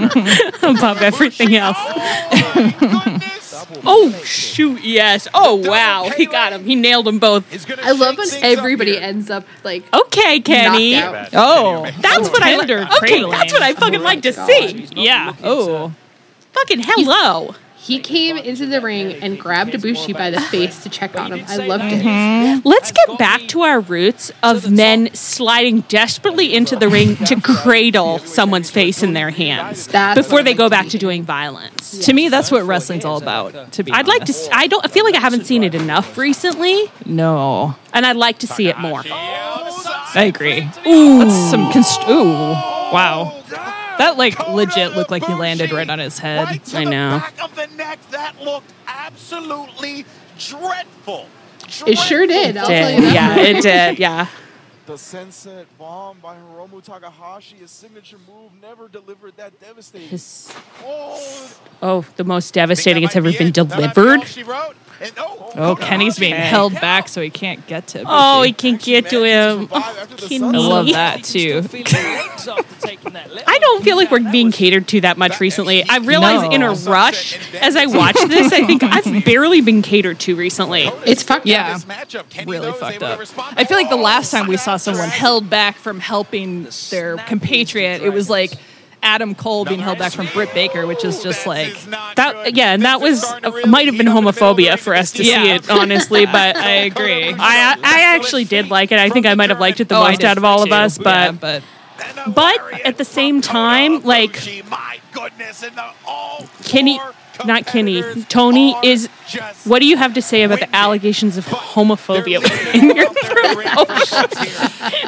left corner. above everything else. Oh, my goodness. Oh shoot! Yes. Oh wow! He got him. He nailed them both. He's gonna I love shake when things up everybody here. ends up like Okay, Kenny. knocked out. Oh, *laughs* That's what I. Tender Li- okay, cradling. that's what I fucking like to see. Yeah. oh, Fucking hello. He came into the ring and grabbed Ibushi by the face to check on him. I loved Mhm. it. Let's get back to our roots of men sliding desperately into the ring to cradle someone's face in their hands That's before what they I go like back see. to doing violence. to me, that's what wrestling's all about. To be, I'd like to. honest. s- I don't. I feel like I haven't seen it enough recently, No, and I'd like to see it more. Oh, I agree. That's some const. Ooh, wow. That like legit looked like he landed right on his head. Right to I the know. back of the neck. That looked absolutely dreadful. It sure did. I'll tell you Did. that. Yeah, it did. Yeah. The sunset bomb by Hiromu Takahashi, his signature move, never delivered that devastating. His- *laughs* oh, Oh, the most I think devastating it's that might ever be been it. That might be all delivered. she wrote. And- oh, Oh, Kota Kenny's being Ibushi. held back so he can't get to. Oh, he Ibushi. can't get to him. I love Kenny. that too. I don't feel like we're being catered to that much recently. I realize No. in a rush as I watch this, I think I've barely been catered to recently. It's fucked up. Yeah. This matchup, Kenny really though, is fucked able to up. respond. I feel like the last time we saw Snap someone dragon. held back from helping their snap compatriot, is it the was like dragons. Adam Cole being Another held back from Britt Baker, which is just This like is not That good. yeah, and This that is was starting to uh, really might have been heat up in the middle of the homophobia ring. for us to This see Yeah. it, honestly. But I I, agree. I I actually did like it. I think I might have liked it the Oh, I most did out of all of too. us, Yeah, but but And a But lariat at the from same Kota time, like- Ibushi. my goodness, and the all Kenny- four not Kenny, Tony is. What do you have to say about the winning. allegations of *laughs* homophobia?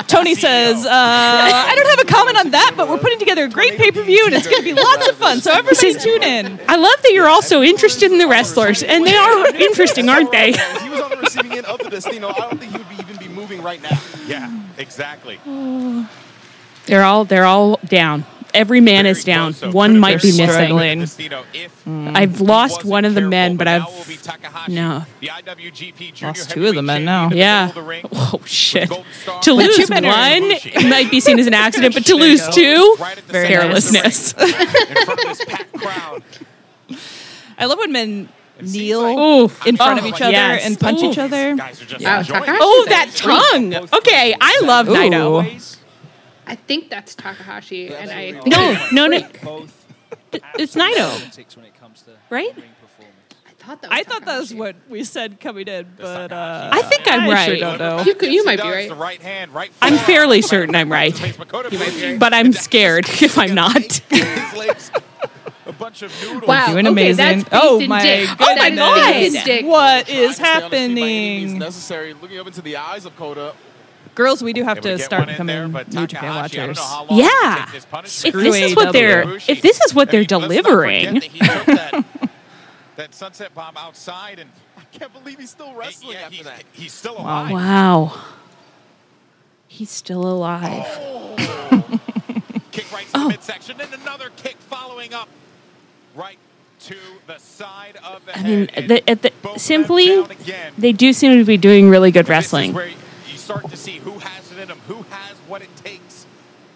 Tony says, uh, I don't have a comment on that, but we're putting together a great pay per view and it's going to be lots of fun. So everybody tune in. I love that you're also interested in the wrestlers, and they *laughs* are interesting, aren't they? If he was on the receiving end of the Destino, I don't think he would be, even be moving right now. Yeah, exactly. They're all they're all down. Every man is down. One might be missing. struggling. Mm. I've lost one of the men, but I've no. Lost two of the men now. Yeah. Oh shit. To lose two men are one *laughs* might be seen as an accident, *laughs* but to lose two, *laughs* carelessness. I love when men seems kneel Ooh, in front of Oh, each other yes. and punch Ooh. each other. Wow, Takahashi. Oh, that tongue. Okay, I love Ooh. Naito. I think that's Takahashi, and I *laughs* think No, no, no. Both It's Naito, politics when it comes to right? ring performance. I thought that. Was I thought that was Takahashi. what we said coming in, but uh, I think I'm I sure right. don't know. You could, you might be right. I'm fairly certain I'm right. but I'm scared *laughs* if I'm not. *laughs* A bunch of noodles. Wow. Doing okay, amazing. that's Oh Beast and my Dick. god! Oh my God. Beast and Dick. What is Honestly, I don't see by any means happening? necessary. Looking up into the eyes of Coda. Girls, we do have Able to get start one in there, becoming but New Japan Takahashi, I watchers. don't know how long it'll Yeah. take this punishment. If Screw this is what AEW. they're if this is what I they're mean, let's not forget delivering, that he *laughs* took that, that sunset bomb outside and I can't believe he's still wrestling yeah, after *laughs* he's, that. he's still alive. wow, he's still alive. Kick right Oh. to the midsection and another kick following up right to the side of the I mean, head. the, at the, Both men simply down again. they do seem to be doing really good This is wrestling. where you start to see who has it in him, who has what it takes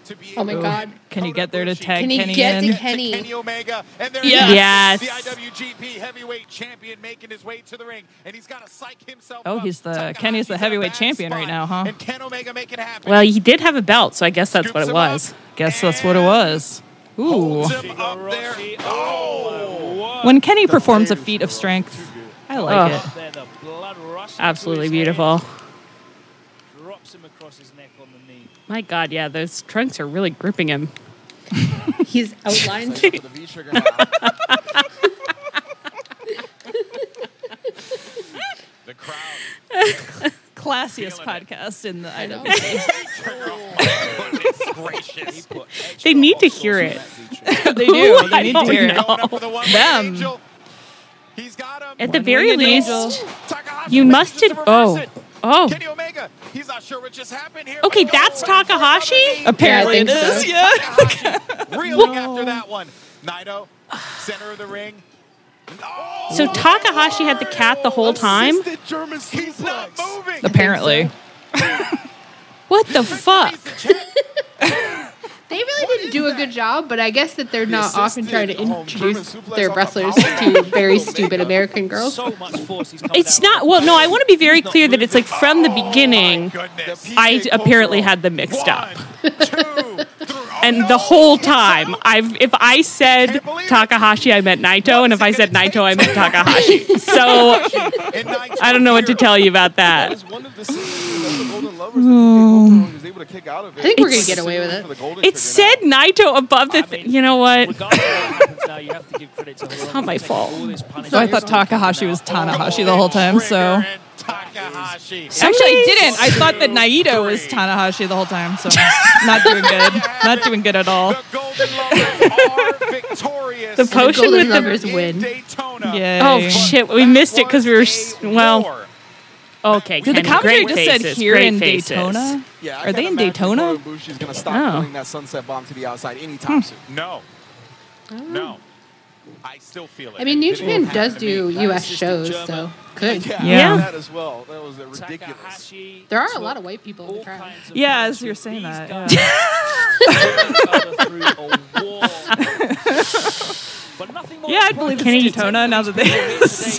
to be. Oh my able to God. win. Can he Kota get there to Ibushi tag Can he Kenny get in? to Kenny? Kenny Omega, and there Yes. he Yes. is, the IWGP Heavyweight Champion making his way to the ring, and he's got to psych himself. Oh, up. he's the- Takahashi's Kenny's the in a heavyweight bad champion right spot, now, huh? And Ken Omega make it happen. Well, he did have a belt, so I guess that's what Scoops it him up. was. Guess that's what it was. Ooh. Holds him up there. Oh, When Kenny performs a feat of strength, I like Oh. it. There, the blood rushes to Absolutely his beautiful. Head, drops him across his neck on the knee. My God, yeah, those trunks are really gripping him. He's *laughs* outlined. *laughs* Thanks for the V trigger. Wow. the *laughs* crowd. Classiest Feeling it. podcast in the know. IWC. Goodness gracious. Put They extra need hot to sauce hear on it. *laughs* that V trigger. They do. I They need to don't hear it. know. Going up for the one with Oh, Them. Angel. He's got him. At the One very winged least, angel. Takahashi you manages must to have. reverse Oh, it. oh, Kenny Omega. He's not sure what just happened here. Okay, but that's oh, right Takahashi? in front of the knee. Apparently Yeah, I it think is. *laughs* so. Yeah. *laughs* Takahashi reeling after that one. Naito, center of the ring. Oh, so Takahashi had the cat the whole time. Assisted German he's not suplex. moving. Apparently. What the fuck? He's the champ. They really didn't do a good job, but I guess that they're not often assisted, trying to um, German introduce suplex their on the wrestlers power to *laughs* bomb. very Omega. stupid American girls. So much force. He's coming It's not. Well, no, Oh I want to be very clear that it's like from the beginning. *laughs* Goodness. I PJ apparently Coltrane. had them mixed up, One, two, three. Oh, and the no. whole time I've if I said Can't believe it. Takahashi, I meant Naito, and if I said Naito, I meant *laughs* Takahashi. So And Naito *laughs* I don't know what to here. tell you about That that. was one of the scenes that the Golden Lovers that PJ Hmm. Coltrane was able to kick out of it. I think we're It's- gonna get away with it. For the Golden It Trigger said Naito above the. Th- you know Regardless what? of what happens now, you have to give credit to It's not my fault. So I thought Takahashi was Tanahashi the whole time, so. Trigger and *laughs* Takahashi. Actually, I didn't. I thought that Naito was Tanahashi the whole time, so not doing good. Not doing good at all. The Golden *laughs* Lovers are victorious. The potion Golden with the. Lovers win. Daytona. Yay. Oh shit! We missed it because we were s- That was a well. war. Okay, Did the Kenny, commentary great just said faces, here great in faces. Daytona? Yeah, I Are can't they in imagine Daytona? Kota Ibushi's gonna stop Oh. pulling that sunset bomb to the outside anytime Hmm. soon. No. No. I still feel it. I mean, New It Japan didn't does happen to do me. U.S. assisted shows, *laughs* German. so good. Yeah, Yeah. that as well. That was uh, ridiculous. Takahashi. There are a lot of white people in the crowd. Yeah, as you're saying that, Yeah, I'd believe Kenny- it's Daytona now that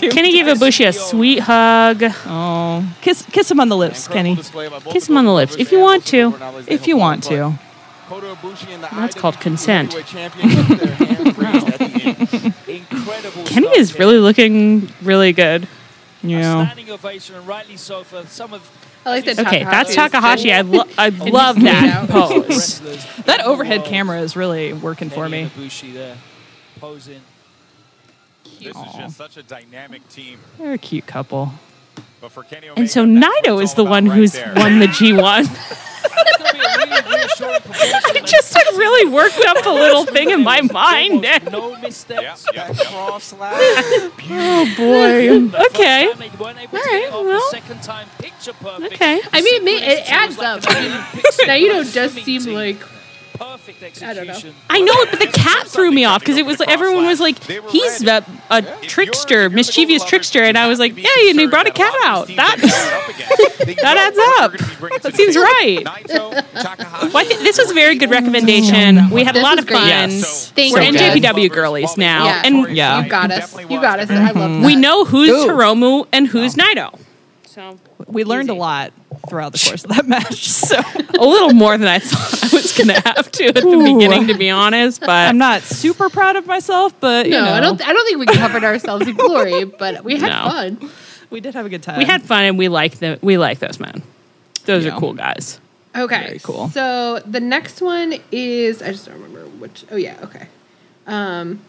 *laughs* *laughs* they. Kenny gave Ibushi a sweet hug. Oh, kiss kiss him on the lips, Incredible Kenny, display by both Kiss the him on the Golden lips Lovers if you and want also to. Golden Lovers. They if held you up want front. to. Kota Ibushi and the That's called IWGP consent. Heavyweight Champion *laughs* kept their hands raised at the end. Incredible. Kenny stuff is here. really looking really good. A Yeah. standing ovation, and rightly so for some of I like that. Okay, that's Takahashi Takahashi. I, lo- I love he's that laid out. the pose. wrestlers. Oh, That overhead camera is really working for me. Ibushi there, posing. This is just such a dynamic team. They're a cute couple. But for Kenny Omega, And so that's what Naito is it's all the about one right who's there. won the G1. *laughs* I *laughs* just like, really worked up a little thing in my mind. No missteps. Yeah, That yeah, yeah. cross slap. Boy. The first Okay. time they weren't able to All right, get it off, the well. second time, picture perfect. Okay. I mean, it, ma- it adds up. *laughs* Naito does seem like perfect I don't know. execution. I know, but the cat threw me off because it was everyone was like, "He's a, *laughs* a trickster, mischievous trickster," and I was like, "Hey, and they brought a cat out. That *laughs* that that adds up. that seems right." Well, I think this was a very good recommendation. We had a This lot was of great. fun. Yes. Thank We're you, guys. NJPW girlies now, Yeah. and Yeah. you got us. You got us. I love that. we know who's Ooh. Hiromu and who's Naito. So We learned Easy. a lot throughout the course of that match. *laughs* So a little more than I *laughs* thought I was going to have to at the beginning, to be honest. But I'm not super proud of myself, but you No, know, I don't. I don't think we covered *laughs* ourselves in glory, but we had No. fun. we did have a good time. we had fun and we like the we like those men. Those Yeah. are cool guys. Okay, Very cool. So the next one is I just don't remember which. Oh yeah, okay. Um,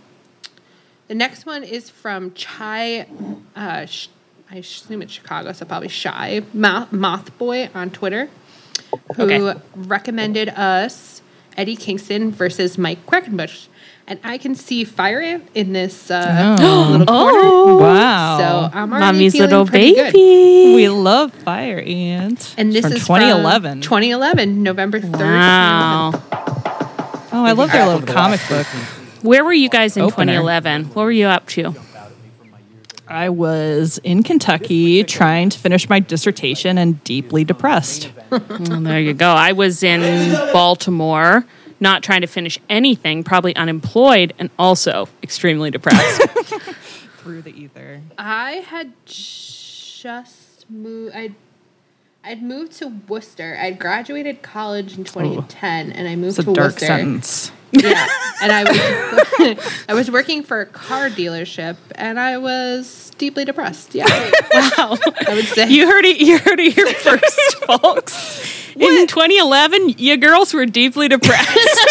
the next one is from Chai. Uh, sh- I assume it's Chicago, so probably Shy Moth, Moth Boy on Twitter, who Okay. recommended us Eddie Kingston versus Mike Quackenbush, and I can see fire ant in this uh, *gasps* *gasps* little corner. wow. So I'm already Oh. Mommy's feeling little pretty good. baby. we love Fire Ant. And this from is 2011. From 2011, November 3rd. 2011. Wow. oh, I love their little comic book. Where were you guys in Opener. 2011? What were you up to? I was in Kentucky trying to finish my dissertation and deeply depressed. Well, there you go. I was in Baltimore, not trying to finish anything, probably unemployed, and also extremely depressed. Through the ether. I had just moved. I I'd moved to Worcester. I'd graduated college in 2010, and I moved It's a to dark Worcester. sentence. Yeah, and I was *laughs* I was working for a car dealership, and I was deeply depressed. Yeah, wow. I would say you heard it. You heard it here *laughs* first, folks. In 2011, you girls were deeply depressed.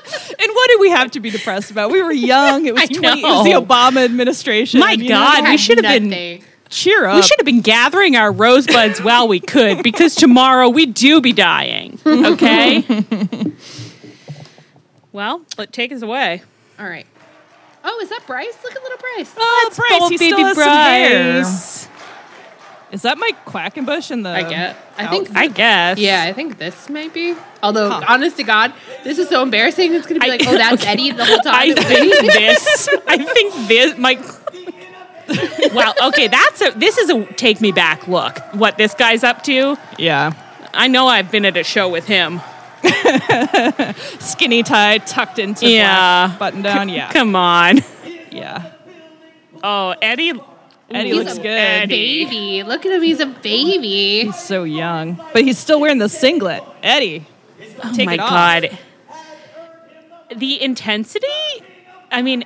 *laughs* And what did we have to be depressed about? We were young. It was, *laughs* I 20, it was the know. Obama administration. My you God, know? we should have been- nothing. cheer *laughs* up. we should have been gathering our rosebuds while we could, because tomorrow we do be dying. Okay. *laughs* well, but take us away. All right. Oh, is that Bryce? Look at little Bryce. Oh, Bryce, Bryce, he he still still has has some hair. Is that Mike Quackenbush in the? I get. I think. I guess. Yeah, I think this might be. Although, honest to God, this is so embarrassing. It's gonna be I- like, oh, that's okay. Eddie the whole time. I *laughs* think this. I think this. My. Wow. Okay. That's a. This is a take me back look. What this guy's up to. Yeah, I know I've been at a show with him. skinny tie tucked into Yeah. black button down. Yeah, Come on. yeah. Oh, Eddie. Eddie He's looks a good. baby. Look at him. He's a baby. He's so young, but he's still wearing the singlet. Eddie, Oh take my it off. God. The intensity. I mean,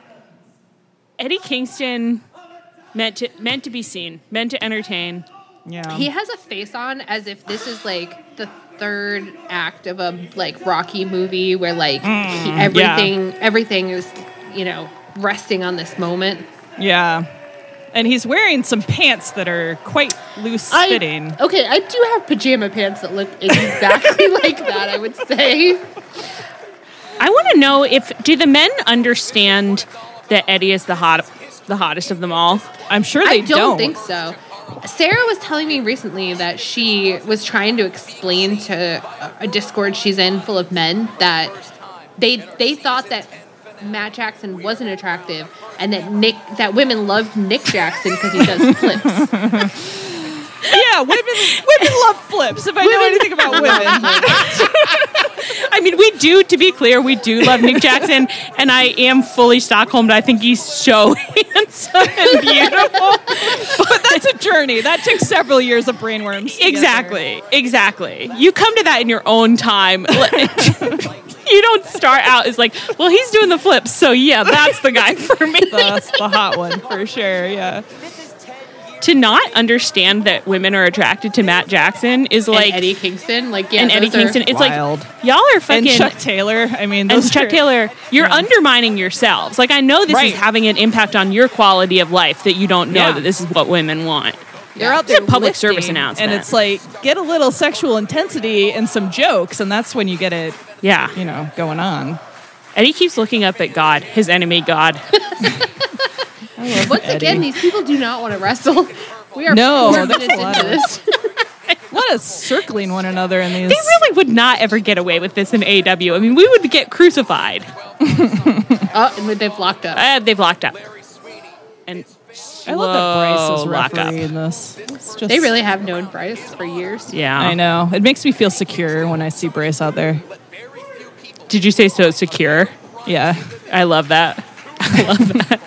Eddie Kingston meant to meant to be seen, meant to entertain. Yeah, He has a face on as if this is like the third act of a like Rocky movie where like he, everything everything is you know resting on this moment. yeah. And he's wearing some pants that are quite loose fitting. okay, I do have pajama pants that look exactly *laughs* like that. I would say. I want to know if do the men understand that Eddie is the hot the hottest of them all. I'm sure they I don't, think so. Sarah was telling me recently that she was trying to explain to a- a Discord she's in full of men that they they thought that Matt Jackson wasn't attractive and that Nick that women loved Nick Jackson because he does flips. Yeah, women women love flips. If I know anything *laughs* about women, I mean, we do. To be clear, we do love Nick Jackson, and I am fully Stockholmed. I think he's so handsome and beautiful. but that's a journey. That took several years of brainworms. together. exactly, exactly. You come to that in your own time. *laughs* *laughs* you don't start out as like, well, he's doing the *laughs* flips, so yeah, that's the guy for me. That's the hot one for sure. Yeah. to not understand that women are attracted to Matt Jackson is like and Eddie Kingston, like yeah, and Eddie those are- Kingston. It's Wild. like y'all are fucking and Chuck Taylor. I mean, and those Chuck are- Taylor, you're undermining yourselves. Like I know this Right. is having an impact on your quality of life that you don't know Yeah. that this is what women want. They're out It's a there public lifting, service announcement. and it's like get a little sexual intensity and some jokes, and that's when you get it, Yeah. you know, going on. And he keeps looking up at God, his enemy God. Once again, these people do not want to wrestle. We are No, four that's minutes a lot into of- this. A lot of circling one another in these. they really would not ever get away with this in AW. I mean, we would get crucified. Oh, and they've locked up. Uh, they've locked up. And I love that slow lock Bryce is up. referee in this. It's just, They really have known Bryce for years. Yeah. I know. It makes me feel secure when I see Brace out there. Did you say so secure? Yeah, I love that. *laughs*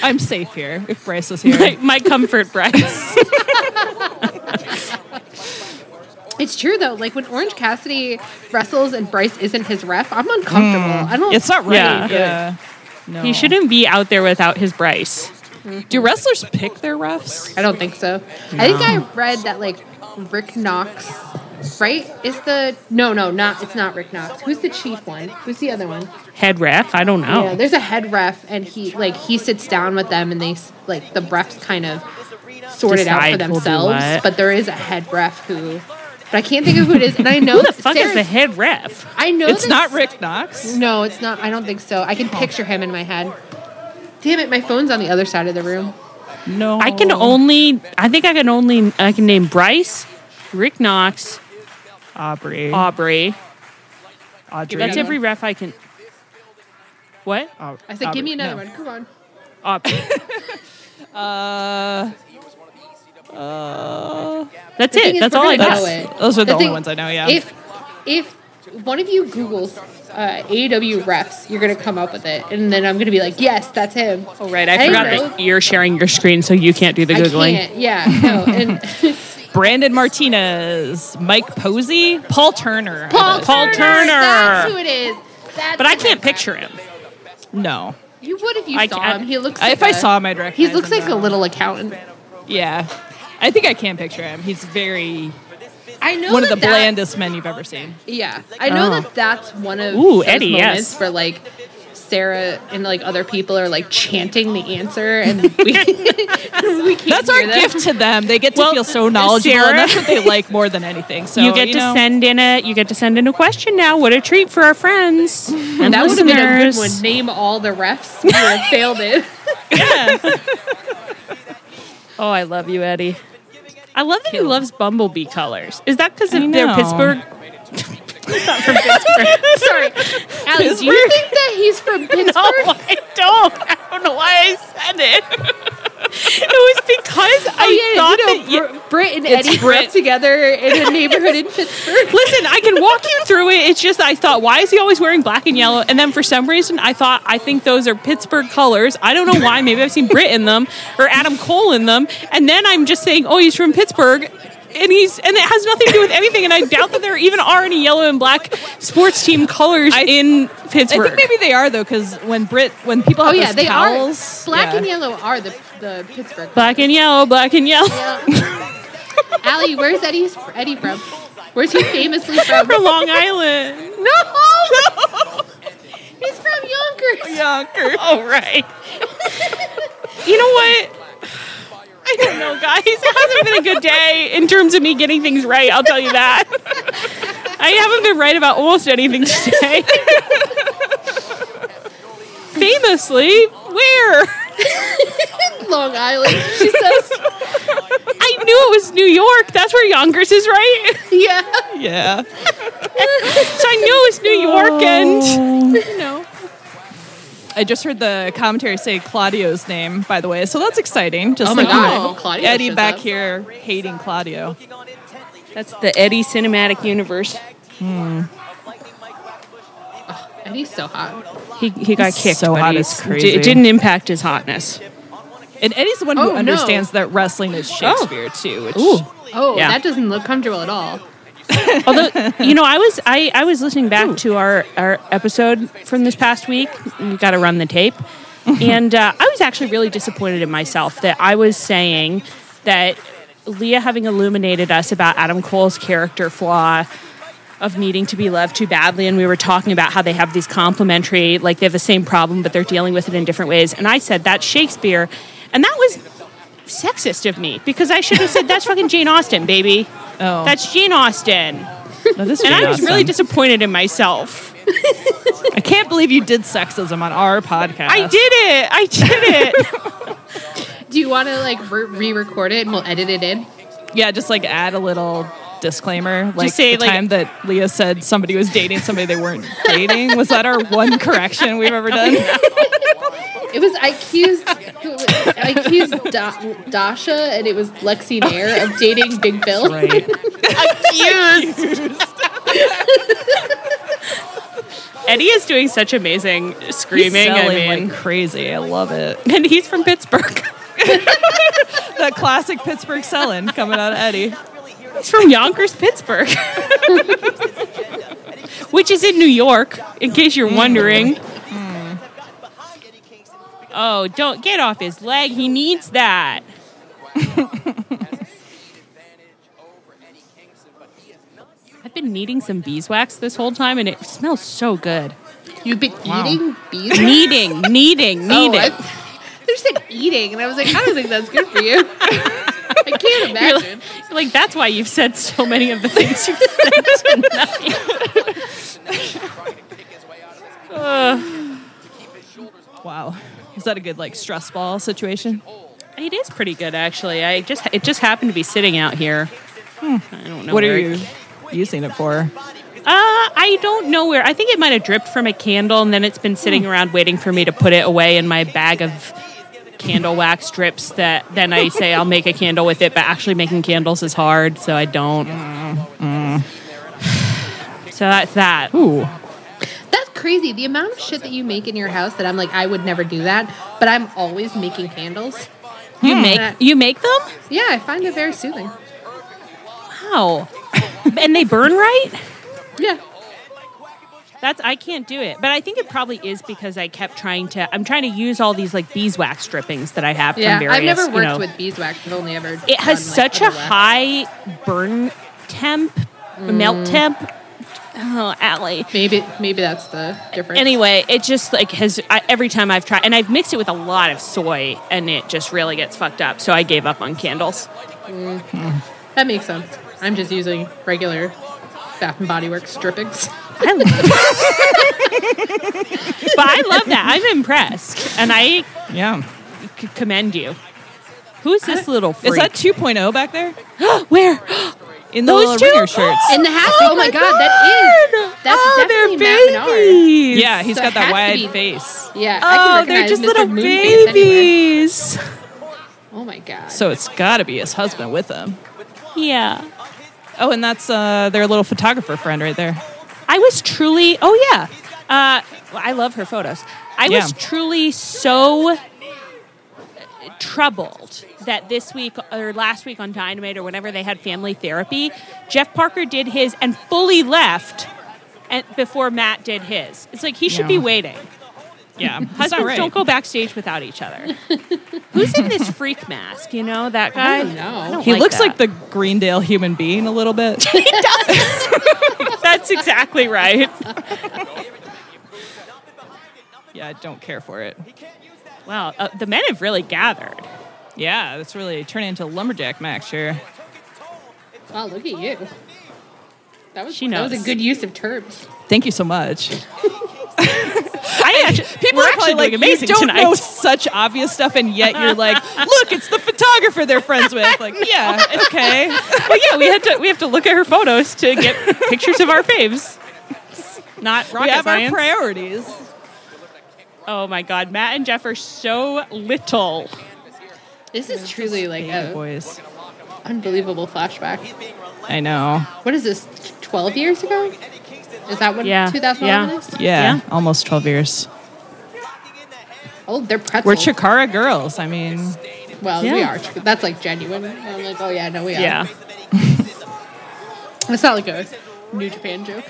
I'm safe here if Brace *laughs* is here. My, my comfort, Bryce. It's true though. Like when Orange Cassidy wrestles and Bryce isn't his ref, I'm uncomfortable. Hmm. I don't. It's not right. Yeah. Yeah. No. he shouldn't be out there without his Bryce. Do wrestlers pick their refs? I don't think so. I think I read that like Rick Knox, right? Is the no, no, not it's not Rick Knox. Who's the chief one? Who's the other one? Head ref? I don't know. Yeah, there's a head ref, and he like he sits down with them, and they s- like the refs kind of sort it out for Decide who'll do themselves. what. But there is a head ref who, but I can't think of who it is, and I know Who the fuck is Sarah- the head ref? I know It's that- not Rick Knox. No, it's not. I don't think so. I can picture him in my head. Damn it, my phone's on the other side of the room. No. I Oh. can only. I think I can only. I can name Bryce, Rick Knox, Aubrey. Aubrey. Audrey. That's every ref I can. What? Au- I said, give Aubrey. me another No. one. Come on. Aubrey. Uh, uh, That's The thing it. is, That's we're all I gonna got. know it. Those are the only ones I know, yeah. If if one of you Google's uh, AEW refs, you're gonna come up with it, and then I'm gonna be like, yes, that's him. Oh, right. I, I forgot know. that you're sharing your screen, so you can't do the I googling. can't. Yeah. No. And *laughs* Brandon Martinez, Mike Posey, Paul Turner. Paul, Paul Turner. Turner. That's who it is. That's But I who- can't picture him. No. You would if you I saw can't- him. He looks. I- Like if I a- saw him, I'd He recognize looks him, like a though. little accountant. Yeah. I think I can picture him. He's very I know one of that the that- blandest men you've ever seen. Yeah, I know Oh. that that's one of Ooh, those Eddie, yes. moments where like Sarah and like other people are like chanting the answer, and we, *laughs* we can't That's our hear them. gift to them. They get to Well, feel so knowledgeable, Sarah- and that's what they like more than anything. So you get to know, send in a. You get to send in a question now. What a treat for our *laughs* friends and That would listeners. have been a good one. Name all the refs. You would have failed it. Oh, I love you, Eddie. I love that he loves bumblebee colors. Is that because I they're know. Pittsburgh? *laughs* He's not from Pittsburgh. *laughs* *laughs* Sorry, Allie, do you Pittsburgh? think that he's from Pittsburgh? No, *laughs* I don't. I don't know why I said it. it was because Oh, I thought yeah, you that. know, You, Br- Brit and Eddie grew Brit. up together in a neighborhood in Pittsburgh. Listen, I can walk you through it. It's just I thought, why is he always wearing black and yellow? And then for some reason, I thought, I think those are Pittsburgh colors. I don't know why. Maybe I've seen Brit in them or Adam Cole in them. And then I'm just saying, oh, he's from Pittsburgh. And he's and it has nothing to do with anything. And I doubt that there even are any yellow and black sports team colors I- in I Pittsburgh. think maybe they are though, because when Brit, when people Oh have yeah, those they towels, are. Black yeah. and yellow are the the Pittsburgh. black and yellow, black and yellow. Allie, where's Eddie's Eddie from? Where's he famously from? From Long Island. *laughs* No! He's from Yonkers. Yonkers. Oh right. you know what? I don't know, guys. It hasn't been a good day in terms of me getting things right. I'll tell you that. I haven't been right about almost anything today. Famously, where? Long Island. She says, I knew it was New York. That's where Yonkers is, right? yeah. Yeah. So I knew it was New York, and you know, I just heard the commentary say Claudio's name, by the way, so that's exciting. Just Oh my like, God, I hope Claudio Eddie shows back up. here hating Claudio. that's the Eddie cinematic universe. And he's so hot. He, he got He's kicked, so but hot, he's- it's crazy. it didn't impact his hotness. And Eddie's the one who Oh, no. understands that wrestling is Shakespeare too. Which Ooh. Oh, Yeah. that doesn't look comfortable at all. Although you know, I was I, I was listening back to our, our episode from this past week. You got to run the tape, and uh, I was actually really disappointed in myself that I was saying that Leah having illuminated us about Adam Cole's character flaw of needing to be loved too badly and we were talking about how they have these complementary like they have the same problem but they're dealing with it in different ways and I said that's Shakespeare and that was sexist of me because I should have said that's fucking Jane Austen baby Oh, that's Jane Austen no, this and would be I was really awesome. disappointed in myself I can't believe you did sexism on our podcast. I did it I did it *laughs* Do you want to like re record it and we'll edit it in? Yeah, just like add a little disclaimer. Like say, the like- time that Leah said somebody was dating somebody they *laughs* weren't dating. Was that our one correction we've ever done? It was I *laughs* accused I accused da- Dasha and it was Lexi Nair of dating Big Bill. Right. Eddie is doing such amazing He's screaming. I selling mean, like crazy. I love it. *laughs* and he's from Pittsburgh. That classic Pittsburgh selling coming out of *laughs* Eddie. he's from Yonkers, Pittsburgh, *laughs* which is in New York, in case you're Mm. wondering. Oh, don't get off his leg. He needs that. *laughs* I've been needing some beeswax this whole time, and it smells so good. You've been eating bees. Needing, needing, Oh, needing. I- *laughs* they said eating, and I was like, I don't think that's good for you. I *laughs* can't You're imagine. like, like, that's why you've said so many of the things you've said tonight. Ugh. *laughs* Wow. Is that a good like stress ball situation? it is pretty good, actually. I just it just happened to be sitting out here. I don't know. Hmm. What where are it- you using it for? Uh, I don't know where. I think it might have dripped from a candle, and then it's been sitting Hmm. around waiting for me to put it away in my bag of candle wax drips. That then I say I'll make a candle with it, but actually making candles is hard, so I don't. *sighs* So that's that. Ooh. That's crazy. The amount of shit that you make in your house that I'm like, I would never do that, but I'm always making candles. You make you make them? Yeah, I find it very soothing. Wow. and they burn right? Yeah. That's I can't do it. But I think it probably is because I kept trying to I'm trying to use all these like beeswax drippings that I have Yeah, from various I've never worked you know- with beeswax. I've only ever. It has done, like, such a other wax. high burn temp, melt temp. Oh, Allie. Maybe maybe that's the difference. Anyway, it just like has I, every time I've tried, and I've mixed it with a lot of soy, and it just really gets fucked up. So I gave up on candles. that makes sense. I'm just using regular Bath and Body Works drippings. I love but I love that. I'm impressed, and I Yeah. c- commend you. Who's this little freak? Is that 2.0 back there? *gasps* where? *gasps* In the Those little two? ringer shirts. In the hat. Oh, my God, that is that's oh, definitely they're Matt Menard. babies. Yeah, he's So got it that has to wide be- face. Yeah. I can Oh, they're recognize just Mr. little Moonface anywhere. babies. Oh my god. So it's got to be his husband with him. Yeah. Oh, and that's uh, their little photographer friend right there. I was truly, oh yeah, uh, well, I love her photos. I was Yeah. truly so troubled that this week or last week on Dynamite or whenever they had family therapy, Jeff Parker did his and fully left and before Matt did his. It's like he should be Yeah. waiting. Yeah, That's Husbands not right. don't go backstage without each *laughs* other. Who's in this freak mask? You know that guy. don't know. I don't He looks that. like the Greendale human being a *laughs* little bit. That's exactly right. yeah, I don't care for it. Wow, uh, the men have really gathered. Yeah, that's really turning into lumberjack Max here. Wow, look at you. That was She that was knows. a good use of terms. Thank you so much. I *laughs* actually, people We're are actually doing amazing you don't tonight. know such obvious stuff, and yet you're like, look, it's the photographer they're friends with. *laughs* Like, yeah, okay. well, yeah, we had to we have to look at her photos to get pictures of our faves. *laughs* Not rocket *laughs* we have science. our priorities. oh my god, Matt and Jeff are so little. This is truly like Yeah, an boys. unbelievable flashback. I know. What is this? t- Twelve years ago? Is that what Yeah, 2011 yeah. is? Yeah, Yeah. almost 12 years. Oh, they're pretzels. We're Chikara girls. I mean, Well, we Yeah. are. Chi- That's like genuine. I'm like, oh yeah, no, we are. Yeah. It's not like a New Japan joke.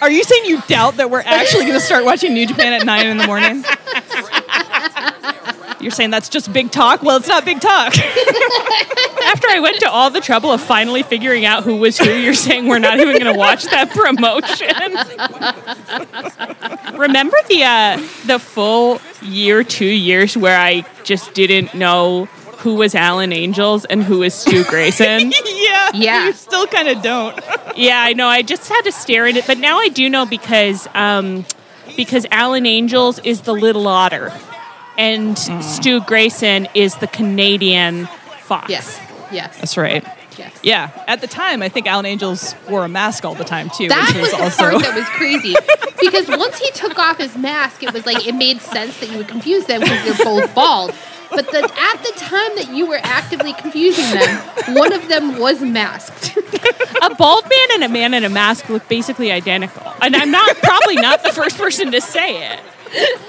are you saying you doubt that we're actually going to start watching New Japan at 9 in the morning? You're saying that's just big talk? Well, it's not big talk. *laughs* After I went to all the trouble of finally figuring out who was who, you're saying we're not even going to watch that *laughs* promotion. Remember the uh, the full year, two years where I just didn't know who was Alan Angels and who was Stu *laughs* Grayson. yeah. Yeah. You still kind of don't. yeah, I know. I just had to stare at it, but now I do know because um, because Alan Angels is the little otter, and Stu Grayson is the Canadian fox. *laughs* Yes. Yes. That's right. Yes. Yeah. At the time, I think Alan Angels wore a mask all the time too, That which was was the also part that was crazy because once he took off his mask, it was like it made sense that you would confuse them because they're both bald. But the, at the time that you were actively confusing them, one of them was masked. *laughs* a bald man and a man in a mask look basically identical. And I'm not probably not the first person to say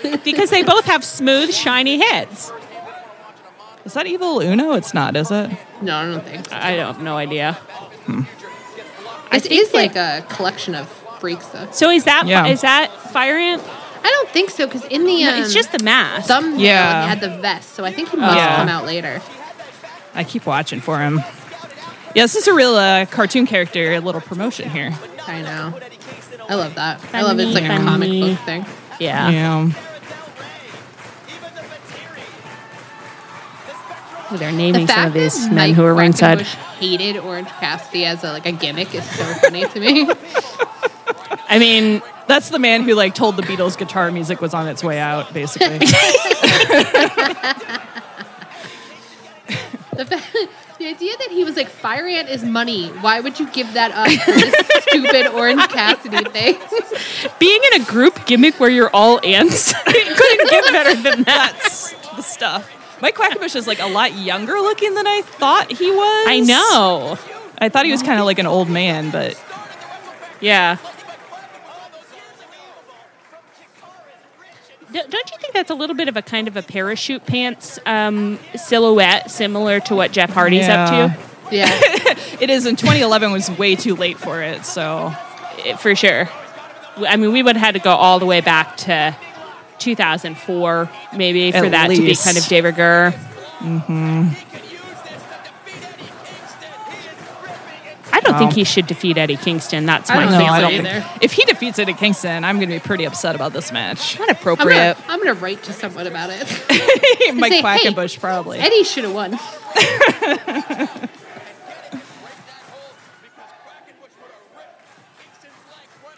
it. Because they both have smooth, shiny heads. is that evil Uno? It's not, is it? No, I don't think. So. I don't have no idea. This is like a collection of freaks, though. So is that Yeah. is that fire ant? I don't think so because in the um, it's just the mask. thumbnail Yeah. he had the vest, so I think he must Yeah. come out later. I keep watching for him. Yeah, this is a real uh, cartoon character, a little promotion here. I know. I love that. I love it's like a Funny, comic funny. book thing. yeah. Yeah. They're The naming fact that Mike Quackenbush hated Orange Cassidy as a, like a gimmick is so funny *laughs* to me. I mean, that's the man who like told the Beatles guitar music was on its way out, basically. *laughs* The, fact, the idea that he was like, Fire Ant is money. Why would you give that up for this stupid Orange *laughs* Cassidy thing? Being in a group gimmick where you're all *laughs* ants couldn't *laughs* get better than that. that's the *laughs* stuff. Mike Quackenbush is like a lot younger looking than I thought he was. I know. I thought he was kind of like an old man, but Yeah. D- Don't you think that's a little bit of a kind of a parachute pants um, silhouette, similar to what Jeff Hardy's Yeah. up yeah. it is. And 2011 was way too late for it, so to? It- For sure. W- I mean, we would have had to go all the way back to 2004, maybe, for At that to be least. kind of de rigueur. Mm-hmm. I don't think Wow. he should defeat Eddie Kingston. That's my don't know, feeling. I don't think- either. *laughs* If he defeats Eddie Kingston, I'm going to be pretty upset about this match. Not I'm appropriate. gonna, I'm gonna write to someone about *laughs* it. Mike say, hey, Quackenbush, probably. Eddie should have won.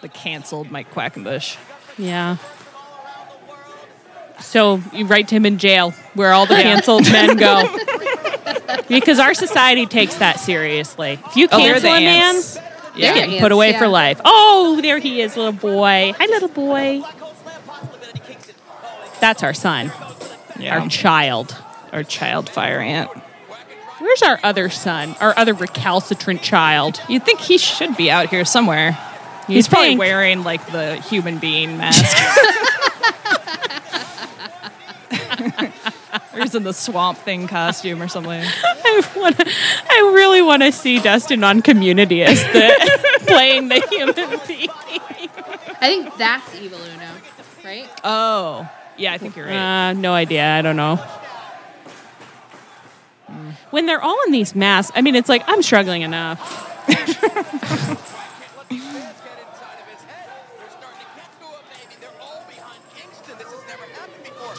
the canceled Mike Quackenbush. Yeah. So you write to him in jail where all the canceled *laughs* men go. because our society takes that seriously. If you Oh, they're cancel the a man, ants. you're Yeah. getting Ants, put away yeah. for life. Oh, there he is, little boy. Hi, little boy. That's our son, Yeah. our child. Our child fire ant. Where's our other son, our other recalcitrant child? You'd think he should be out here somewhere. You He's probably think? wearing like the human being *laughs* mask. *laughs* or he's in the swamp thing costume or something. I want. I really want to see Dustin on Community as the *laughs* playing the human being. I think that's Evil Uno, right? Oh. Yeah, I think you're right. Uh, no idea. I don't know. When they're all in these masks, I mean, it's like I'm struggling enough. *laughs*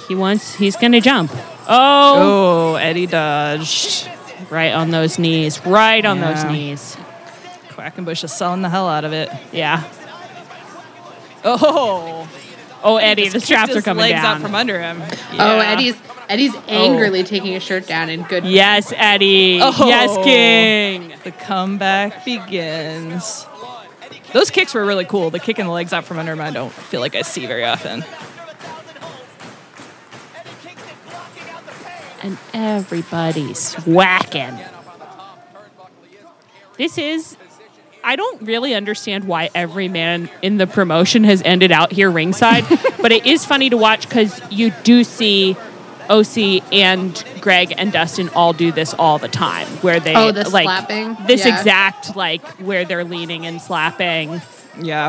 He wants. He's gonna jump. Oh, oh, Eddie dodged. right on those knees. Right on Yeah. those knees. Quackenbush is selling the hell out of it. Yeah. Oh. Oh, Eddie, the Just straps kicked are his coming legs down. out from under him. Oh, Yeah. Eddie's Eddie's Oh. angrily taking his shirt down and good. yes, Eddie. Oh. Yes, King. The comeback begins. Those kicks were really cool. The kick in the legs out from under him, I don't feel like I see very often. and everybody's whacking. This is. I don't really understand why every man in the promotion has ended out here *laughs* ringside, but it is funny to watch because you do see OC and Greg and Dustin all do this all the time, where they Oh, the like slapping? this Yeah. exact like where they're leaning and slapping Yeah.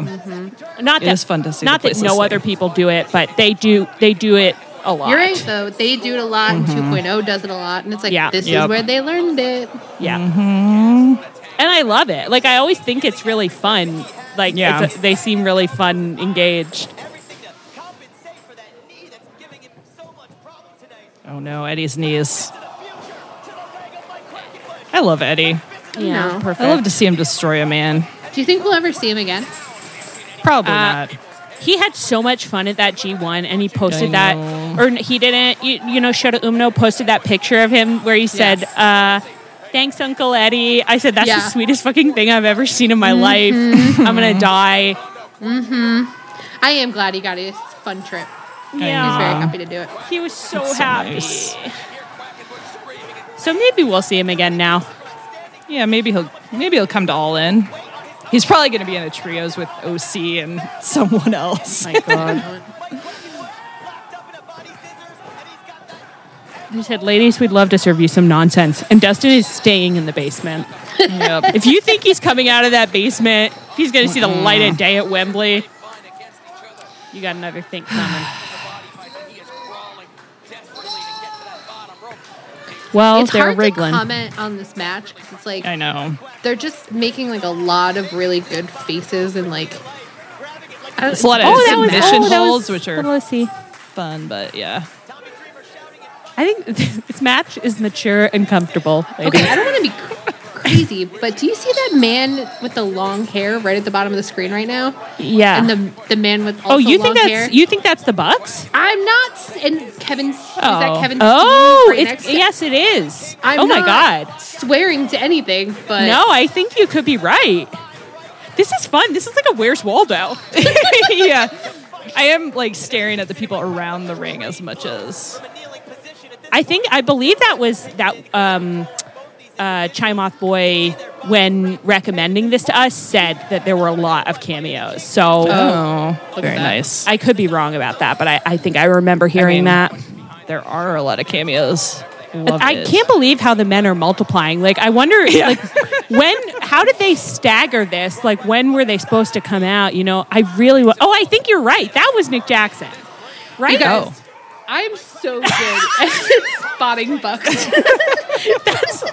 not It that is fun to see not the that places no they- other people do it, but they do they do it a lot. You're right, though. They do it a lot, and 2.0 does it a lot, and it's like, Yeah. this Yep. is where they learned it. Yeah. Mm-hmm. And I love it. Like I always think it's really fun. Like Yeah. it's a- they seem really fun, engaged. everything to compensate for that knee that's giving him so much problem today. Oh no, Eddie's knees. I love Eddie. Yeah. No. I love to see him destroy a man. Do you think we'll ever see him again? Probably Uh, not. He had so much fun at that G1 and he posted I that know. or n- he didn't you, you know Shota Umno posted that picture of him where he said uh Thanks, Uncle Eddie. I said that's Yeah. the sweetest fucking thing I've ever seen in Mm-hmm. my life. I'm gonna *laughs* die. I am glad he got his fun trip. He's very Yeah, happy *laughs* to do it. he was so That's so happy. nice. So maybe we'll see him again now. Yeah, maybe he'll maybe he'll come to All In. He's probably going to be in the trios with *laughs* OC and someone else. *laughs* He said, "Ladies, we'd love to serve you some nonsense." And Dustin is staying in the basement. yep. If you think he's coming out of that basement, if he's going to see the light of day at Wembley, you got another thing coming. *sighs* Well, it's they're hard wriggling. to comment on this match because it's like I know. they're just making like a lot of really good faces and like I don't- It's a lot of Oh, that was submission oh, that was- holds, which What are was he? fun, but yeah. I think *laughs* this match is mature and comfortable. Okay, I don't want to be cr- crazy, but do you see that man with the long hair right at the bottom of the screen right now? Yeah. And the the man with also oh, you long think that's hair. you think that's the Bucks? I'm not. s- And Kevin, oh. is that Kevin? Oh, Steen right it's, next to- yes, it is. I'm oh my not god. swearing to anything, but No, I think you could be right. This is fun. This is like a Where's Waldo. yeah. I am like staring at the people around the ring as much as I think I believe that was that um, uh, Chimoth Boy when recommending this to us said that there were a lot of cameos. So Oh, very that. nice. I could be wrong about that, but I, I think I remember hearing mean, that. there are a lot of cameos. Love I it. can't believe how the men are multiplying. Like I wonder like when how did they stagger this? Like when were they supposed to come out? You know, I really wa- Oh, I think you're right. That was Nick Jackson. Right? You guys, Oh. I'm so good at *laughs* spotting bucks. That's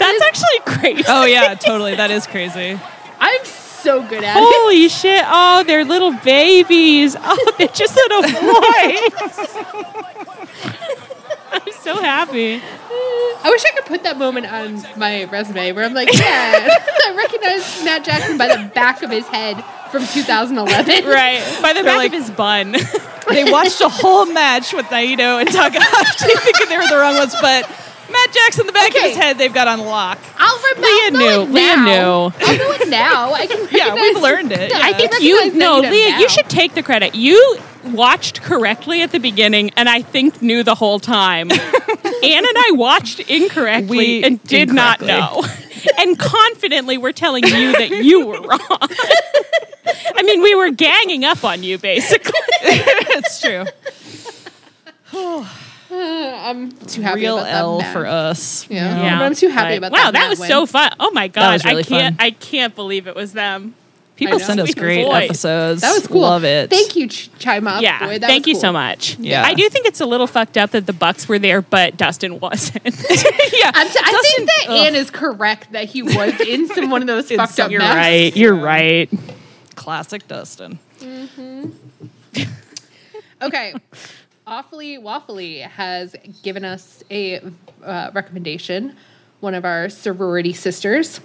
actually crazy. Oh yeah, totally. That is crazy. I'm so good at it. *laughs* Holy shit. Oh, they're little babies. Oh, they're just little boys. *laughs* I'm so happy. I wish I could put that moment on my resume where I'm like, yeah, *laughs* I recognize Matt Jackson by the back of his head from 2011. Right. By the They're back like- of his bun. *laughs* They watched a whole match with Naito and Takahashi *laughs* thinking they were the wrong ones, but Matt Jackson, the back of his Okay. head, they've got on lock. I'll remember. Leah I'll knew. know it Leah now. knew. I'll know it now. *laughs* I can. Yeah, recognize- we've learned it. I Yeah. think you no, Leah, you should take the credit. You watched correctly at the beginning and I think knew the whole time. *laughs* Anne and I watched incorrectly We- and did incorrectly. not know. *laughs* and confidently we're telling you that you were wrong. *laughs* I mean, we were ganging up on you basically. *laughs* It's true. I'm too happy Real about that L match. for us. Yeah. but I'm too happy about wow, that. Wow, that Matt was win. so fun. Oh my god, was really I can't fun. I can't believe it was them. People I know. send us *laughs* Sweet great voice. episodes. That was cool. Love it. Thank you, Ch- Chima. yeah. Oh, Boy, that Thank was you cool. so much. Yeah. I do think it's a little fucked up that the Bucks were there but Dustin wasn't. *laughs* yeah. I'm t- I Dustin- think that ugh. Anne is correct that he was in some one of those fucked up You're maps. right. You're right. Classic Dustin. Okay. Awfully Waffly has given us a uh, recommendation, one of our sorority sisters.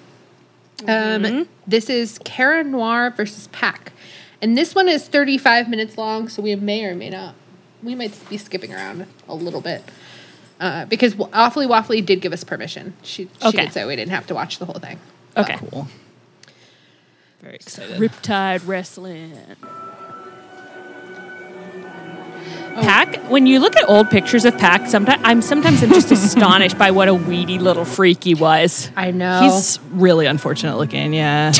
Um, this is Cara Noir versus Pack. And this one is 35 minutes long, so we may or may not, we might be skipping around a little bit. Uh, because Awfully Waffly did give us permission. She, she Okay. did say we didn't have to watch the whole thing. Okay. Ah, Cool. Very excited. Riptide Wrestling. Oh. Pack. When you look at old pictures of Pack, sometimes I'm sometimes I'm *laughs* just astonished by what a weedy little freak he was. I know. He's really unfortunate looking. *laughs* Yeah.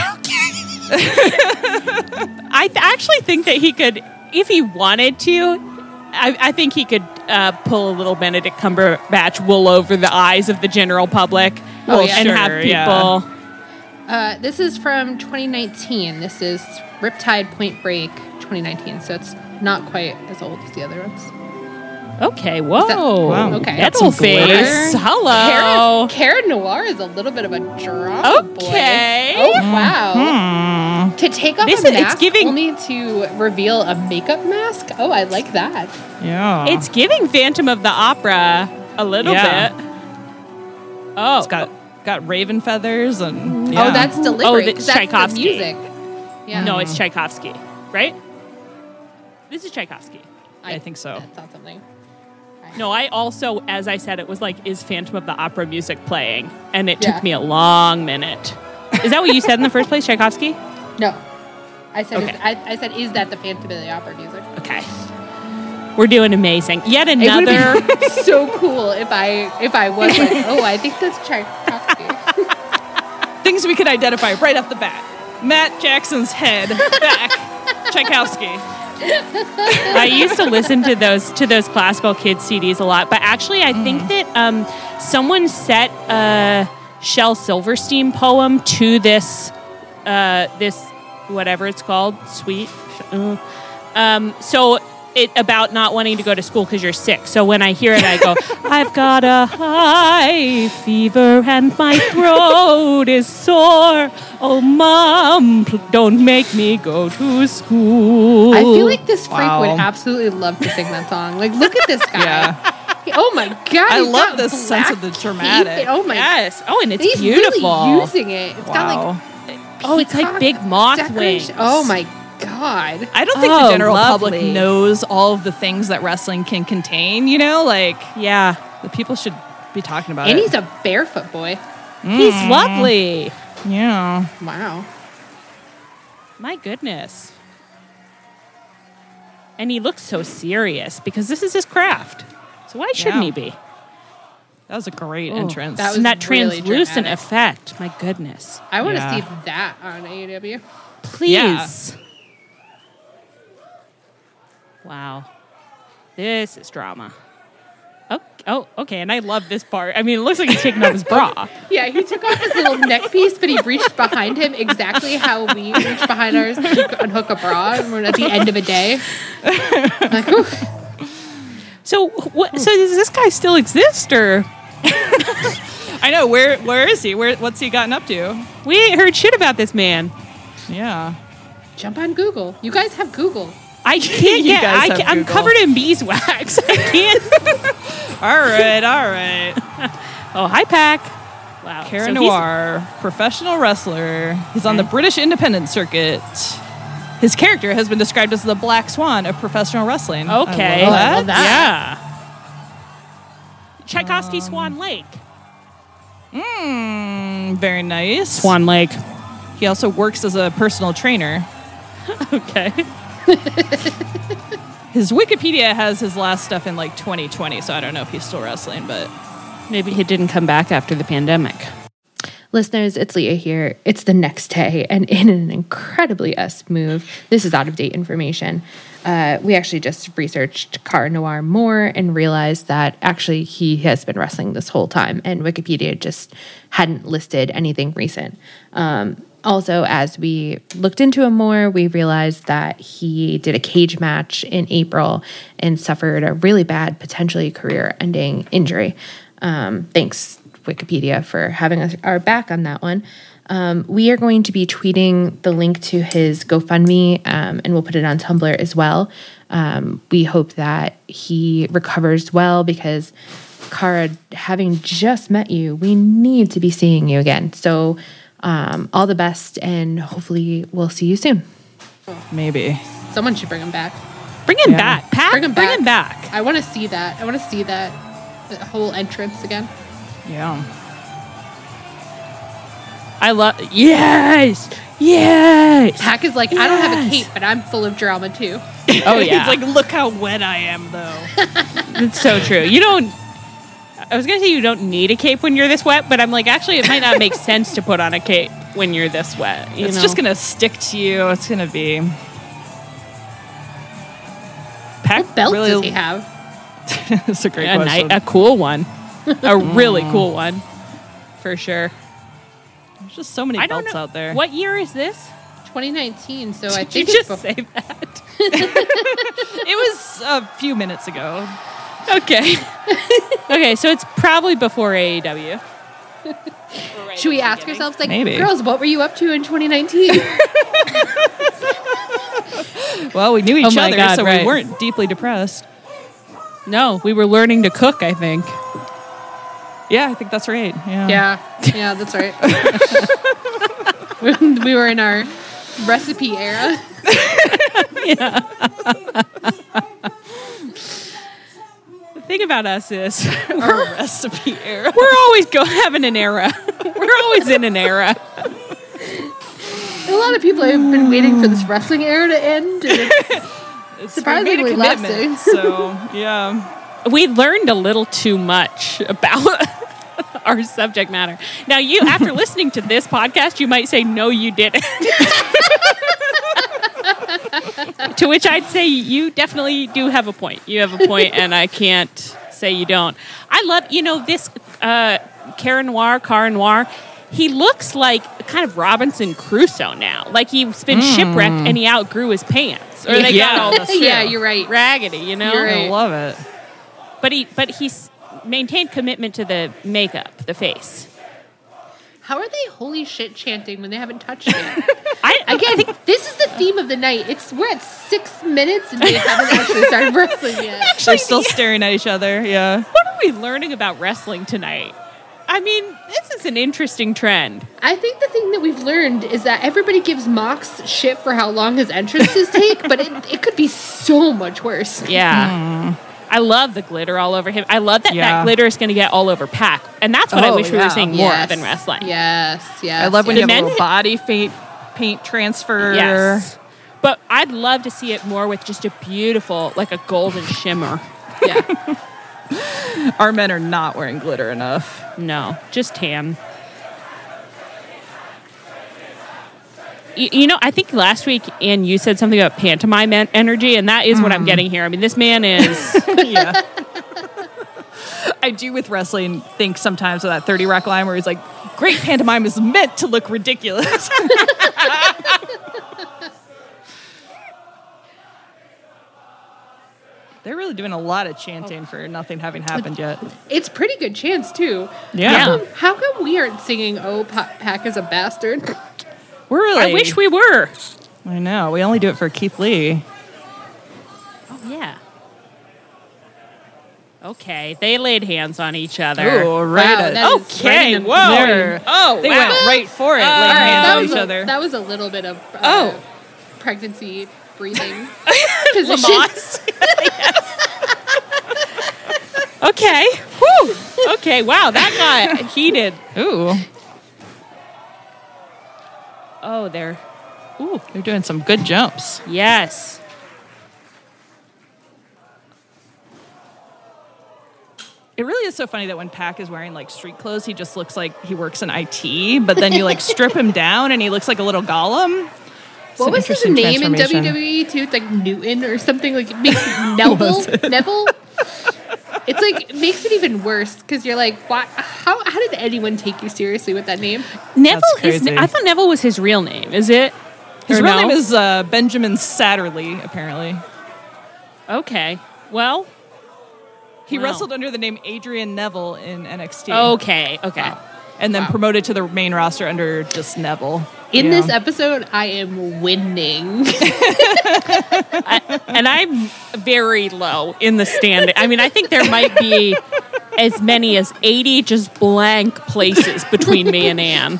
I th- actually think that he could, if he wanted to, I, I think he could uh, pull a little Benedict Cumberbatch wool over the eyes of the general public Oh, yeah. and have sure, people. yeah. Uh, this is from 2019. This is Riptide Point Break 2019, so it's not quite as old as the other ones. Okay, whoa. Wow. Okay. That's some some face. glitter. Hello. Cara, Cara Noir is a little bit of a drama Okay. Hmm. boy. Oh wow. To take off This a is- it's mask giving- only to reveal a makeup mask. Oh, I like that. Yeah. It's giving Phantom of the Opera a little Yeah. bit. Oh. It's got got raven feathers and Oh, yeah. that's deliberate. that's 'cause that's Tchaikovsky. The music. Yeah. oh, No, it's Tchaikovsky, right? This is Tchaikovsky. I think so. That's not something. No, I also, as I said, it was like, is Phantom of the Opera music playing? And it Yeah. took me a long minute. Is that what you said in the first place, Tchaikovsky? No. I said, Okay. is, I, I said, is that the Phantom of the Opera music? Okay. We're doing amazing. Yet It would another. have been so cool if I if I was *laughs* like, oh, I think that's Tchaikovsky. *laughs* things we could identify right off the bat. Matt Jackson's head *laughs* back. Tchaikovsky. I used to listen to those to those classical kids CDs a lot, but actually, I think that um, someone set a Shel Silverstein poem to this uh, this whatever it's called sweet. uh, Um, so it about not wanting to go to school because you're sick. So when I hear it, I go, I've got a high fever and my throat is sore. Oh, mom, pl- don't make me go to school. I feel like this freak Wow. would absolutely love to sing that song. Like, look at this guy. Yeah. He- Oh my god! I he's love got this sense of black the dramatic. teeth. Oh my Yes. Oh, and it's He's beautiful. really using it. It's got like oh, it's like cock big moth wings. decoration- Oh my god! I don't think Oh, the general public lovely. knows all of the things that wrestling can contain, you know? Like, Yeah, the people should *laughs* be talking about And it. he's a barefoot boy. he's lovely. yeah. Wow. My goodness. And he looks so serious because this is his craft. So why shouldn't Yeah. he be? That was a great entrance. that was and that really translucent dramatic. effect. My goodness. I want to Yeah. see that on E AEW. Please. Yeah. Wow. This is drama. Oh, oh, okay. And I love this part. I mean, it looks like he's taking off his bra. Yeah, he took off his little neck piece, but he reached behind him exactly how we reach behind ours to unhook a bra and we're at the end of a day. Like, oof. So, what, Hmm. so does this guy still exist, or *laughs* I know. Where Where is he? Where What's he gotten up to? we ain't heard shit about this man? Yeah. Jump on Google. You guys have Google. I can't *laughs* You get. guys I have can, I'm Google. covered in beeswax. *laughs* I can't. All right. All *laughs* right. oh, hi, Pack. Wow, Cara So he's- Noir, professional wrestler. He's on the British independent circuit. His character has been described as the Black Swan of professional wrestling. I Okay. love I love that. Yeah. Um, Tchaikovsky Swan Lake. Mm, very nice. Lake. He also works as a personal *laughs* trainer. Okay. *laughs* His Wikipedia has his last stuff in like 2020, so I don't know if he's still wrestling, but Maybe he didn't come back after the pandemic. Listeners, it's Leah here. It's the next day, and *laughs* in an incredibly us move, this is out of date information. Uh, we actually just researched Car Noir more and realized that actually he has been wrestling this whole time, and Wikipedia just hadn't listed anything recent. Um, also, as we looked into him more, we realized that he did a cage match in April and suffered a really bad, potentially career ending injury. Um, thanks Wikipedia for having us our back on that one. Um, we are going to be tweeting the link to his GoFundMe, um, and we'll put it on Tumblr as well. Um, we hope that he recovers well because, Cara, having just met you, we need to be seeing you again. So, um, all the best, and hopefully, we'll see you soon. maybe. Someone should bring him back. Bring him Yeah. back, Pat. Bring him back. Bring him back. I want to see that. I want to see that that whole entrance again. Yeah. I love. Yes. Yes. Pack is like, I don't have a Yes. cape, but I'm full of drama too. *laughs* Oh yeah. he's like, look how wet I am, though. That's so true. You don't. I was gonna say you don't need a cape when you're this wet, but I'm like, actually, it might not *laughs* make sense to put on a cape when you're this wet. you it's know? just gonna stick to you. It's gonna be. *laughs* Pack What belt really, does he have? it's a great a, ni- question. a cool one, a really Mm. cool one, for sure. There's just so many I don't belts know out there. what year is this. 2019. So I Did you think just it's bef- say that? It was a few minutes ago. Okay. *laughs* okay, so it's probably before E AEW. Should we ask ourselves, like, Maybe. girls, what were you up to in 2019? Well, we knew each Oh my other, God, so right. we weren't deeply depressed. No, we were learning to cook, I think. Yeah, I think that's right. Yeah. yeah, yeah, that's right. *laughs* we were in our recipe era. The thing about us *laughs* is Our recipe era. we're always go- having an era. *laughs* we're always in an era. A lot of people have been waiting for this wrestling era to end. and it's- It's- Surprisingly we made a commitment, lasting. so *laughs* yeah. We learned a little too much about *laughs* our subject matter. Now, you, *laughs* after listening to this podcast, you might say, no, Oh, you didn't. *laughs* to which I'd say, you definitely do have a point. You have a point, and I can't say you don't. I love, you know, this uh, Cara Noir, Cara Noir, he looks like kind of Robinson Crusoe now. Like he's been shipwrecked and he outgrew his pants. Or they got Yeah. *laughs* all That's true. Hmm. yeah, you're right. raggedy, you know? You're right. I love it. But he, but he's maintained commitment to the makeup, the *laughs* face. How are they holy shit chanting when they haven't touched it? I, I Again, this is the theme of the night. It's we're at six minutes and they haven't actually started wrestling yet. *laughs* They're still staring at each other. Yeah. what are we learning about wrestling tonight? I mean, this is an interesting trend. I think the thing that we've learned is that everybody gives Mox shit for how long *laughs* his entrances take, but it, it could be so much worse. Yeah. I love the glitter all over him. I love that Yeah. that glitter is going to get all over Pac, and that's what I Oh, wish we were yeah. seeing more Yes. of in wrestling. Yes, yes. I love when yes. you have men- a little body paint, paint transfer. Yes. But I'd love to see it more with just a beautiful, like a golden shimmer. Yeah. Our men are not wearing glitter enough. No, just tan. You, you know, I think last week, Ann, you said something about pantomime en- energy, and that is what I'm getting here. I mean, this man is. yeah. *laughs* I do with wrestling think sometimes of that 30 Rock line where he's like, great pantomime is meant to look ridiculous. *laughs* They're really doing a lot of chanting for nothing having happened yet. It's pretty good chance too. Yeah. How come, how come we aren't singing "Oh, Pa- Pac is a bastard"? We're really. I wish we were. I know. We only do it for Keith Lee. Oh, yeah. Okay, they laid hands on each other. Ooh, right. Wow, at- that is right okay, in the- whoa. There. Oh, they wow. went *laughs* right for it, All laying right, hands Uh, that on was each a, other. That was a little bit of uh, Oh. pregnancy *laughs* breathing position. Moss. *laughs* okay. Whew. Okay, wow, that got heated. Ooh, Oh, they're. Ooh, they're doing some good jumps. yes. It really is so funny that when Pac is wearing like street clothes, he just looks like he works in IT. But then you like strip *laughs* him down, and he looks like a little golem. It's What an was his interesting name in transformation. WWE too? It's like Newton or something. Like *laughs* it makes Neville. Neville. It's like it makes it even worse because you're like, why? How how did anyone take you seriously with that name? Neville is. crazy. I thought Neville was his real name. Is it? His Or real no? name is uh, Benjamin Satterley. Apparently, Okay. Well. he Wow. wrestled under the name Adrian Neville in NXT. Okay. Okay. Oh. and then promoted to the main roster under just Neville. In Yeah. this episode, I am winning. *laughs* And I'm very low in the standing. I mean, I think there might be as many as 80 just blank places between me and Anne.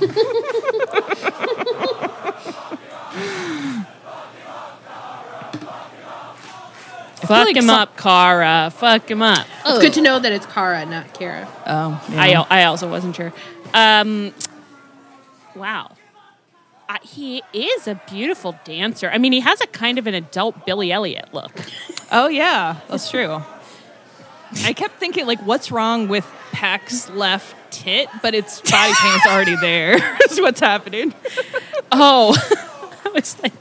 Fuck like him some- up, Kara. Fuck him up. It's good to know that it's Kara, not Kara. Oh, I, al- I also wasn't sure. Um, wow. I, he is a beautiful dancer. I mean, he has a kind of an adult Billy Elliot look. Oh yeah, that's true. I kept thinking like, what's wrong with Pac's left tit? But its body paint's already there. *laughs* Is what's happening. Oh, *laughs* I was like,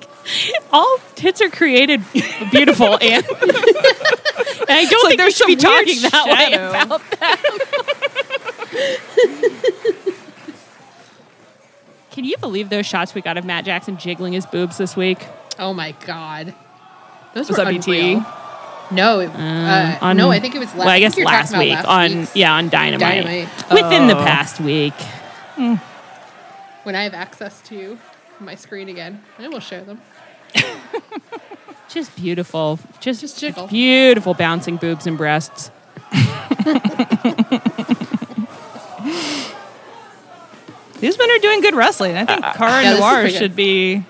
all tits are created beautiful, and, and I don't like think we there's should be some weird talking that shadow. way about that. Can you believe those shots we got of Matt Jackson jiggling his boobs this week? Oh my god, those Was were that BT? unreal. No, it, uh, E? on, no, I think it was last. Well, I guess you're talking last about week on week's yeah on Dynamite. Dynamite. Within the Oh. past week, When I have access to my screen again, I will show them. just beautiful, just, Just jiggle. beautiful bouncing boobs and breasts. These men are doing good wrestling. I think Cara yeah, this is Noir pretty good. should be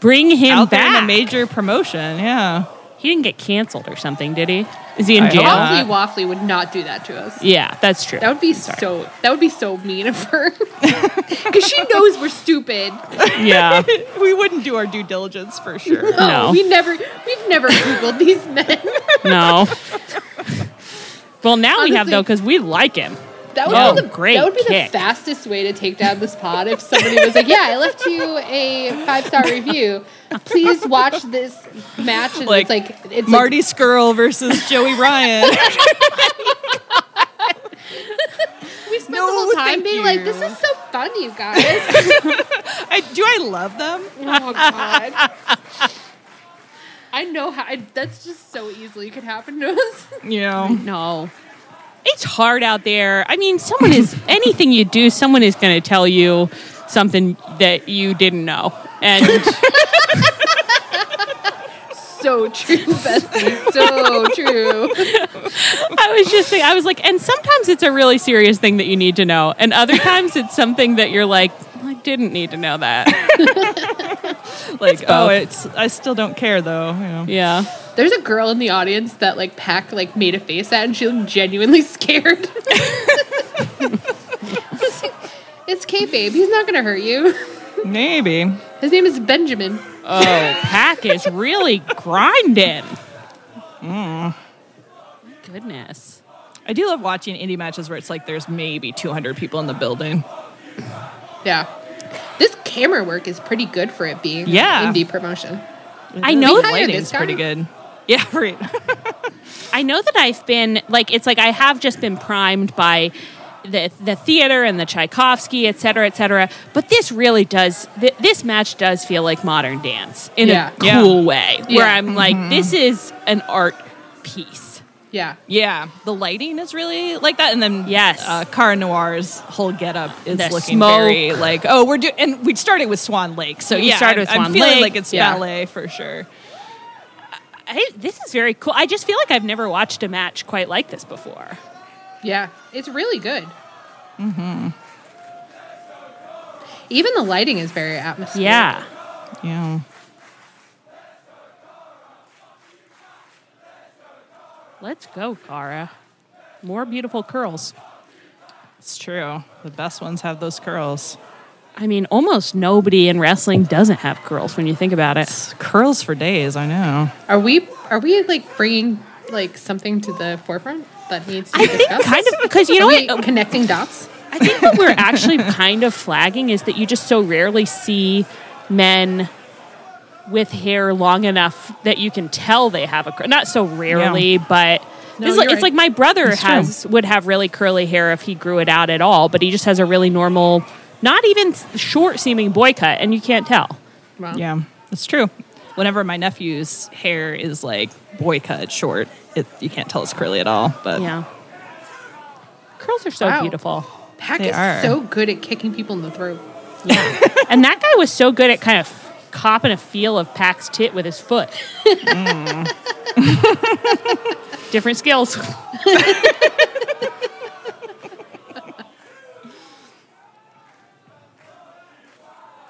Bring him out there in back. a major promotion. Yeah. *laughs* he didn't get canceled or something, did he? Is he in I jail? hope- Waffly Waffly would not do that to us. yeah, that's true. That would be so. That would be so mean of her, *laughs* because she knows we're stupid. yeah, we wouldn't do our due diligence *laughs* for sure. No. Oh, we never. We've never googled these men. *laughs* no. well, now we have Honestly- though because we like him. That would Oh, be the great That would be kick. the fastest way to take down this pod if somebody was like, "Yeah, I left you a five star review. Please watch this match." And Like, it's like it's Marty Skrull versus Joey Ryan. *laughs* Like, we spent No, the whole time thank being like, "This you. is so fun, you *laughs* guys." I, do I love them? oh god. I know how I, that's just so easily could happen to us. You know. No. It's hard out there. I mean, someone *laughs* is anything you do, someone is going to tell you something that you didn't know. *laughs* And So true, Bestie. So true. I was just thinking, I was like, and sometimes it's a really serious thing that you need to know, and *laughs* other times it's something that you're like, I didn't need to know that. Like, oh, both. it's I still don't care though. You know. Yeah. There's a girl in the audience that like Pack like made a face at, and she looked genuinely *laughs* scared. it's kayfabe. He's not gonna hurt you. Maybe. His name is Benjamin. Oh, Pack is really grinding. Goodness. I do love watching indie matches where it's like there's maybe 200 people in the building. Yeah, this camera work is pretty good for it being an Yeah. indie promotion. I know the hired lighting's this guy. pretty good. Yeah, *laughs* right. I know that I've been like it's like I have just been primed by the the theater and the Tchaikovsky, et cetera, et cetera. But this really does th- this match does feel like modern dance in Yeah. a Yeah. cool way, where Yeah. I'm like, this is an art piece. Yeah, yeah, the lighting is really like that, and then Yes. uh, Cara Noir's whole getup is The looking smoke. very like oh we're doing and we started with Swan Lake, so We yeah, started I'm, with I'm Swan feeling Lake, like it's yeah. ballet for sure. I, this is very cool. I just feel like I've never watched a match quite like this before. yeah, it's really good. Mm-hmm. Even the lighting is very atmospheric. Yeah. Yeah. Let's go, Kara. More beautiful curls. It's true. The best ones have those curls. I mean, almost nobody in wrestling doesn't have curls when you think about it. It's curls for days, I know. Are we are we like bringing like something to the forefront that needs to be I think discussed? kind of because you know Are we what connecting dots. I think what we're actually kind of flagging is that you just so rarely see men with hair long enough that you can tell they have a cur- not so rarely, but No, this is like, you're it's right. like my brother It's true. has would have really curly hair if he grew it out at all, but he just has a really normal, not even short seeming boy cut, and you can't tell. Wow. Yeah, it's true. Whenever my nephew's hair is like boy cut short, it, you can't tell it's curly at all. But Yeah, curls are so Wow. beautiful. Pack They is are. so good at kicking people in the throat. And that guy was so good at kind of copping a feel of Pac's tit with his *laughs* foot. Mm. Different skills.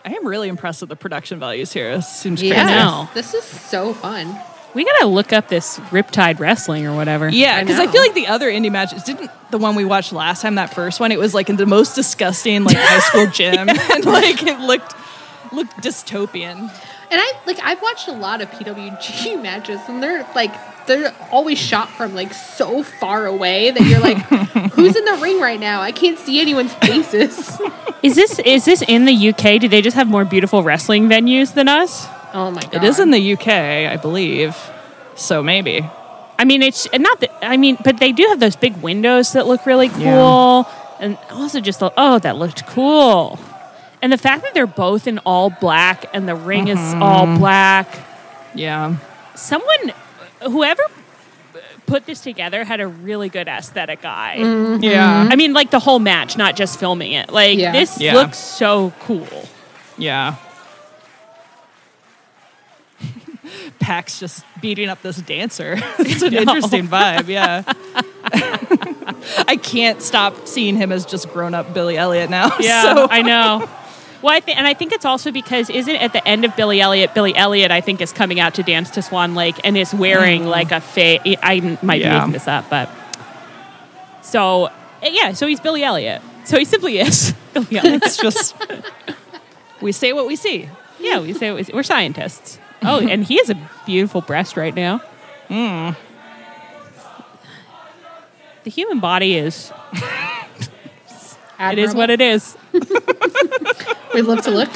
I am really impressed with the production values here. It seems Yes. crazy. know. This is so fun. We gotta look up this Riptide Wrestling or whatever. Yeah, I because I, know. feel like the other indie matches didn't the one we watched last time, that first one, it was like in the most disgusting like *laughs* high school gym and like it looked looked dystopian. And I like I've watched a lot of PWG *laughs* matches and they're like they're always shot from like so far away that *laughs* you're like, who's in the ring right now? I can't see anyone's *laughs* faces. Is this is this in the UK? Do they just have more beautiful wrestling venues than us? oh my god. It is in the UK, I believe. So maybe. I mean, it's and not that. I mean, but they do have those big windows that look really cool, Yeah. and also just the- oh, that looked cool, and the fact that they're both in all black and the Mm-hmm. ring is all black. Yeah. someone whoever put this together had a really good aesthetic eye. Mm-hmm. Yeah. I mean, like the whole match, not just filming it. Like Yeah. this Yeah. looks so cool. Yeah. *laughs* Pax just beating up this dancer. *laughs* it's an interesting vibe, *laughs* yeah. I can't stop seeing him as just grown up Billy Elliot now. *laughs* Yeah, so- I *laughs* know. Well, I think, and I think it's also because isn't at the end of Billy Elliot? Billy Elliot, I think, is coming out to dance to Swan Lake and is wearing like a fa I might be Mm. Yeah. making this up, but so eh, yeah, so he's Billy Elliot. So he simply is *laughs* Billy Elliot. it's just we say what we see. yeah, we say we're scientists. *laughs* Oh, and he has a beautiful breast right now. Mm. The human body is it is what it *laughs* is. We love to look.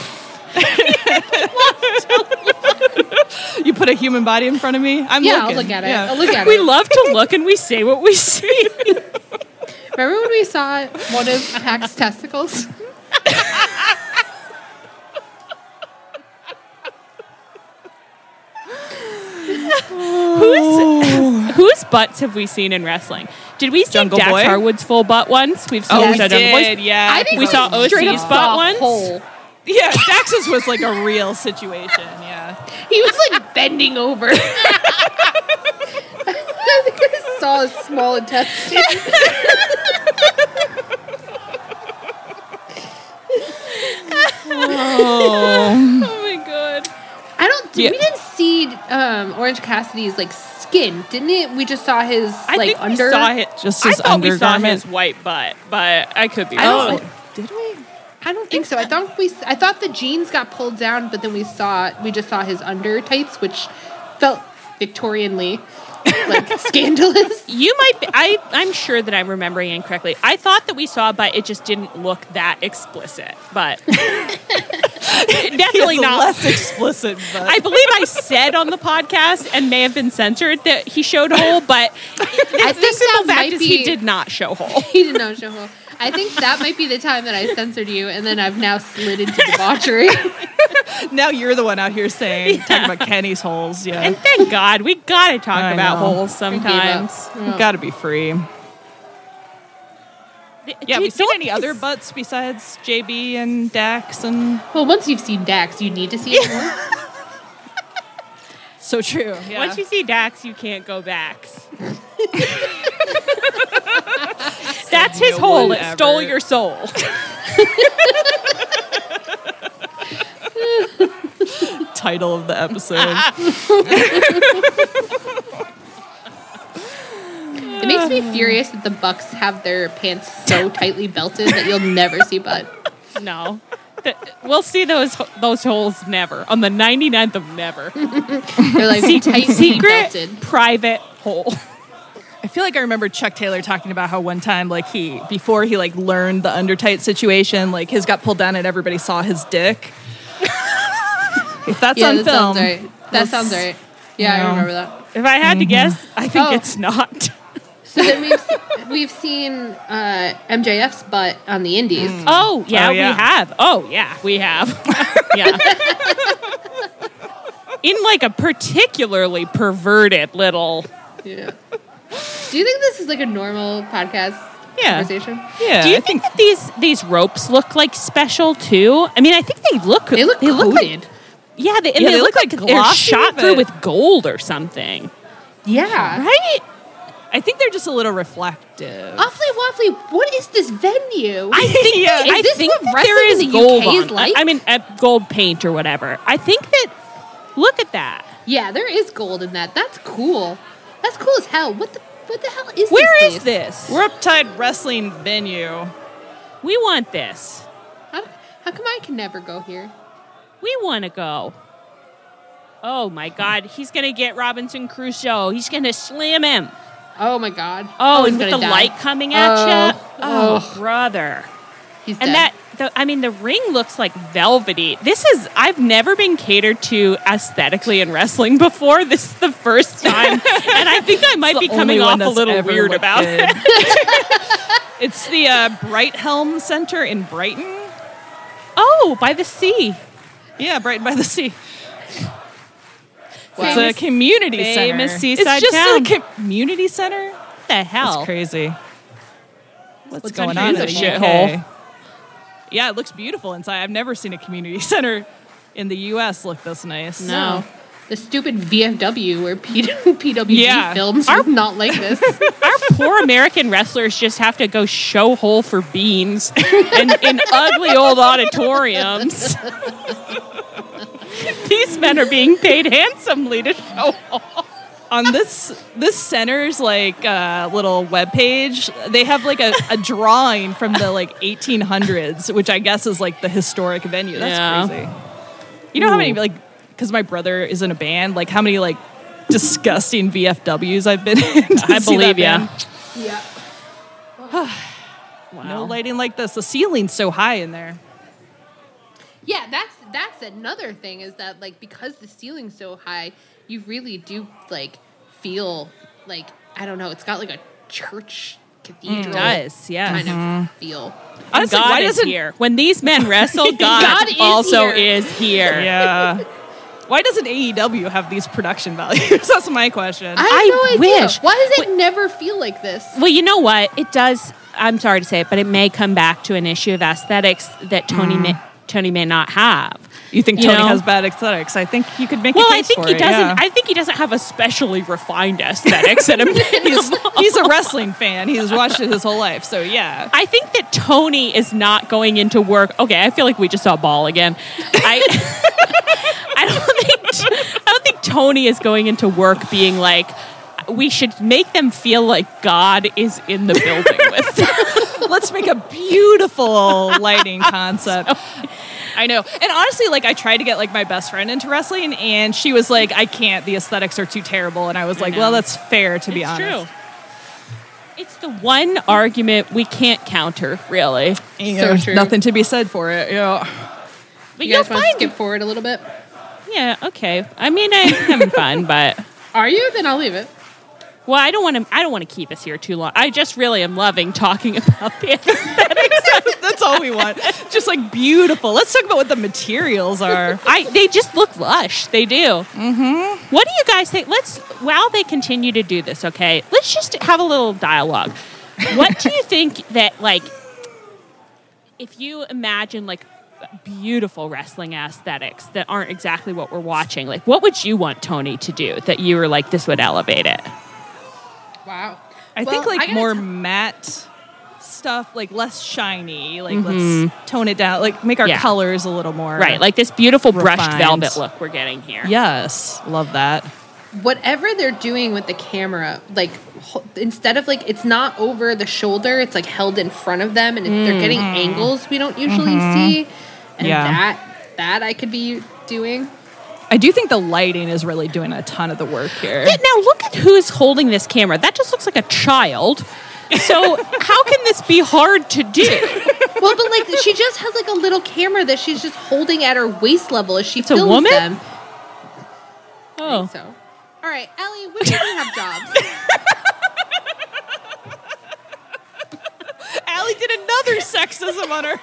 You put a human body in front of me. I'm Yeah, I'll looking. look at it. Yeah. I'll look *laughs* at We it. love to look and we say *laughs* what we see. Remember when we saw one of Hack's testicles? Whose whose butts have we seen in wrestling? Did we see Jungle Dax Boy? Harwood's full butt once? We've seen Oh, we we saw Jungle Boy's- did. Yeah, I think We saw we straight OC's up butt saw a once. hole. yeah. Dax's was like a real situation. Yeah, He was like *laughs* bending over. I think I saw a small intestine. *laughs* Oh my god! I don't. Yeah. We didn't see um, Orange Cassidy's like skin, didn't it? We just saw his I like think under. we saw it. just I his thought we saw undergarment. his white butt, but I could be I don't. wrong. Did we? I don't think so. I thought we. I thought the jeans got pulled down, but then we saw. We just saw his under tights, which felt Victorianly like *laughs* scandalous. You might. Be, I I'm sure that I'm remembering incorrectly. I thought that we saw, but it just didn't look that explicit. *laughs* But definitely It's not. less explicit, but I believe I said on the podcast and may have been censored that he showed hole, but I the think that simple fact might is be. he did not show hole. *laughs* He did not show hole. I think that might be the time that I censored you, and then I've now slid into debauchery. *laughs* now you're the one out *laughs* here saying talking about Kenny's holes. Yeah, And thank God we gotta talk I about know. holes sometimes. Yeah. got to be free. Yeah, Dude, we seen don't any these- other butts besides JB and Dax and Well, once you've seen Dax, you need to see it more. so true. Yeah. Once you see Dax, you can't go *laughs* back. That's his No hole. one It stole ever- your soul. *laughs* *laughs* title of the episode. It makes me furious that the Bucks have their pants so tightly belted that you'll never see butt. No. Th- We'll see those those holes never on the 99th of *laughs* never. They're like tightly belted. Secret private hole. I feel like I remember Chuck Taylor talking about how one time, like he before he like learned the undertight situation, like his got pulled down and everybody saw his dick. if that's yeah, on film, that sounds right. That sounds right. Yeah, No. I remember that. If I had to Mm-hmm. guess, I think Oh. it's not. So then we've we've seen uh, MJF's butt on the Indies. Oh yeah, Oh, yeah. we have. Oh yeah, we have. yeah. In like a particularly perverted little. Yeah. Do you think this is like a normal podcast Yeah. conversation? yeah, Do you I think, that these these ropes look like special too? I mean, I think they look They look coated. like yeah, they, and Yeah, they, look, like, they're glossy, shot through but- with gold or something, yeah. right? I think they're just a little reflective. Awfully waffly. What is this venue? I think Yeah. I Is this think what that wrestling there in is the UK gold is on. like? I mean, uh, gold paint or whatever. I think that. Look at that. yeah, there is gold in that. That's cool. That's cool as hell. What the what the hell is Where this? is place? this? We're uptight wrestling venue. We want this. How, how come I can never go here? We want to go. Oh my God, he's gonna get Robinson Crusoe. He's gonna slam him. *laughs* Oh my god. Oh, he's and with gonna the die. light coming at you. Oh. Oh, brother. He's And dead. that, the, I mean, the ring looks like velvety. This is, I've never been catered to aesthetically in wrestling *laughs* before. This is the *laughs* first time. and I think I might be The only coming one off a that's little ever weird looked about good. it. *laughs* it's the uh, Brighthelm Center in Brighton. Oh, by the sea. Yeah, Brighton by the Sea. It's a Famous- community famous center. seaside it's just town. a community center. What the That's hell? crazy. What's, What's going under on? the in the UK? shithole? Yeah, it looks beautiful inside. I've never seen a community center in the U.S. look this *laughs* nice. No. The stupid VFW or P- *laughs* PWG Yeah. films Our- are not like *laughs* this. Our poor American wrestlers just have to go show hole for *laughs* beans in, in ugly old auditoriums. These men are being paid *laughs* handsomely to show hole. on this this center's like uh, little webpage, they have like a, a drawing from the like 1800s, which I guess is like the historic venue. That's Yeah. crazy. You know how many Ooh. like because my brother is in a band, like how many like disgusting VFWs I've been *laughs* in. to I see believe that band. ya. yeah. No Wow. lighting like this. The ceiling's so high in there. Yeah, that's that's another thing is that like because the ceiling's so high, you really do like feel like I don't know, it's got like a church cathedral does, yes. kind of feel. Honestly, God why is doesn't here. When these men wrestle, God, God is also here. is here. *laughs* *laughs* yeah? Why doesn't AEW have these production values? *laughs* That's my question. I have I no idea. wish- Why does it never feel like this? Well, you know what? It does. I'm sorry to say it, but it may come back to an issue of aesthetics that Mm. Tony may, Tony may not have. you think You Tony know? has bad aesthetics? I think you could make. Well, a I case think for he it, doesn't. yeah. I think he doesn't have especially refined aesthetics *laughs* and *laughs* opinions. He's a wrestling fan. He's watched it his whole life. So yeah. I think that Tony is not going into work. Okay, I feel like we just saw Ball again. I, *laughs* I don't think I don't think Tony is going into work being like, we should make them feel like God is in the building *laughs* with them. Let's make a *laughs* beautiful lighting concept. I know. And honestly, like I tried to get like my best friend into wrestling and she was like, I can't, the aesthetics are too terrible. And I was like, know. Well, that's fair to be honest. It's the one argument we can't counter, really. And So true. Nothing to be said for it. Yeah. But You will guys want to find skip forward a little bit? Yeah, okay. I mean, *laughs* I'm having fun, but Are you? Then I'll leave it. well, I don't want to. I don't want to keep us here too long. I just really am loving talking *laughs* about this. *laughs* that's all we want. Just like beautiful. Let's talk about what the materials are. *laughs* I they just look lush. They do. Mm-hmm. What do you guys think? Let's while they continue to do this. Okay, let's just have a little dialogue. What do you think *laughs* that like if you imagine like beautiful wrestling aesthetics that aren't exactly what we're watching like what would you want tony to do that you were like this would elevate it Wow. I Well, think like gotta more tell- matte stuff, like less shiny. Like let's tone it down. Like make our Mm-hmm. Yeah. colors a little more right like this beautiful brushed Refined. velvet look we're getting here yes, love that. whatever they're doing with the camera, like ho- instead of like it's not over the shoulder, it's like held in front of them, and it- they're getting angles we don't usually see, Mm-hmm. and Yeah. that that I could be doing. I do think the lighting is really doing a ton of the work here. Yeah, now look at who's holding this camera. That just looks like a child. *laughs* So how can this be hard to do? well, but like she just has like a little camera that she's just holding at her waist level as she a films woman? them. Oh, So, all right, Ellie, women don't have *laughs* jobs. Allie *laughs* did another sexism on her.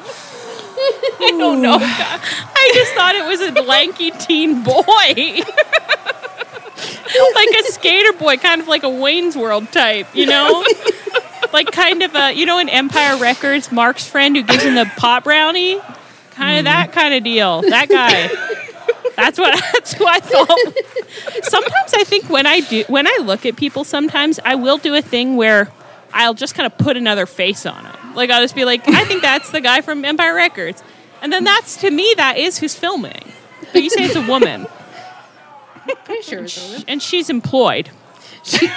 I don't know. I just thought it was a lanky teen boy, like *laughs* a skater boy, kind of like a Wayne's World type, you know. Like kind of a you know in Empire Records, Mark's friend who gives him the pot brownie, kind of that kind of deal. That guy. That's what *laughs* that's who I thought. Sometimes I think when I do when I look at people, sometimes I will do a thing where I'll just kind of put another face on them. Like I'll just be like, I think that's the guy from Empire Records, and then that's to me that is who's filming. But you say it's a woman, Pretty sure it's a woman. and she's employed,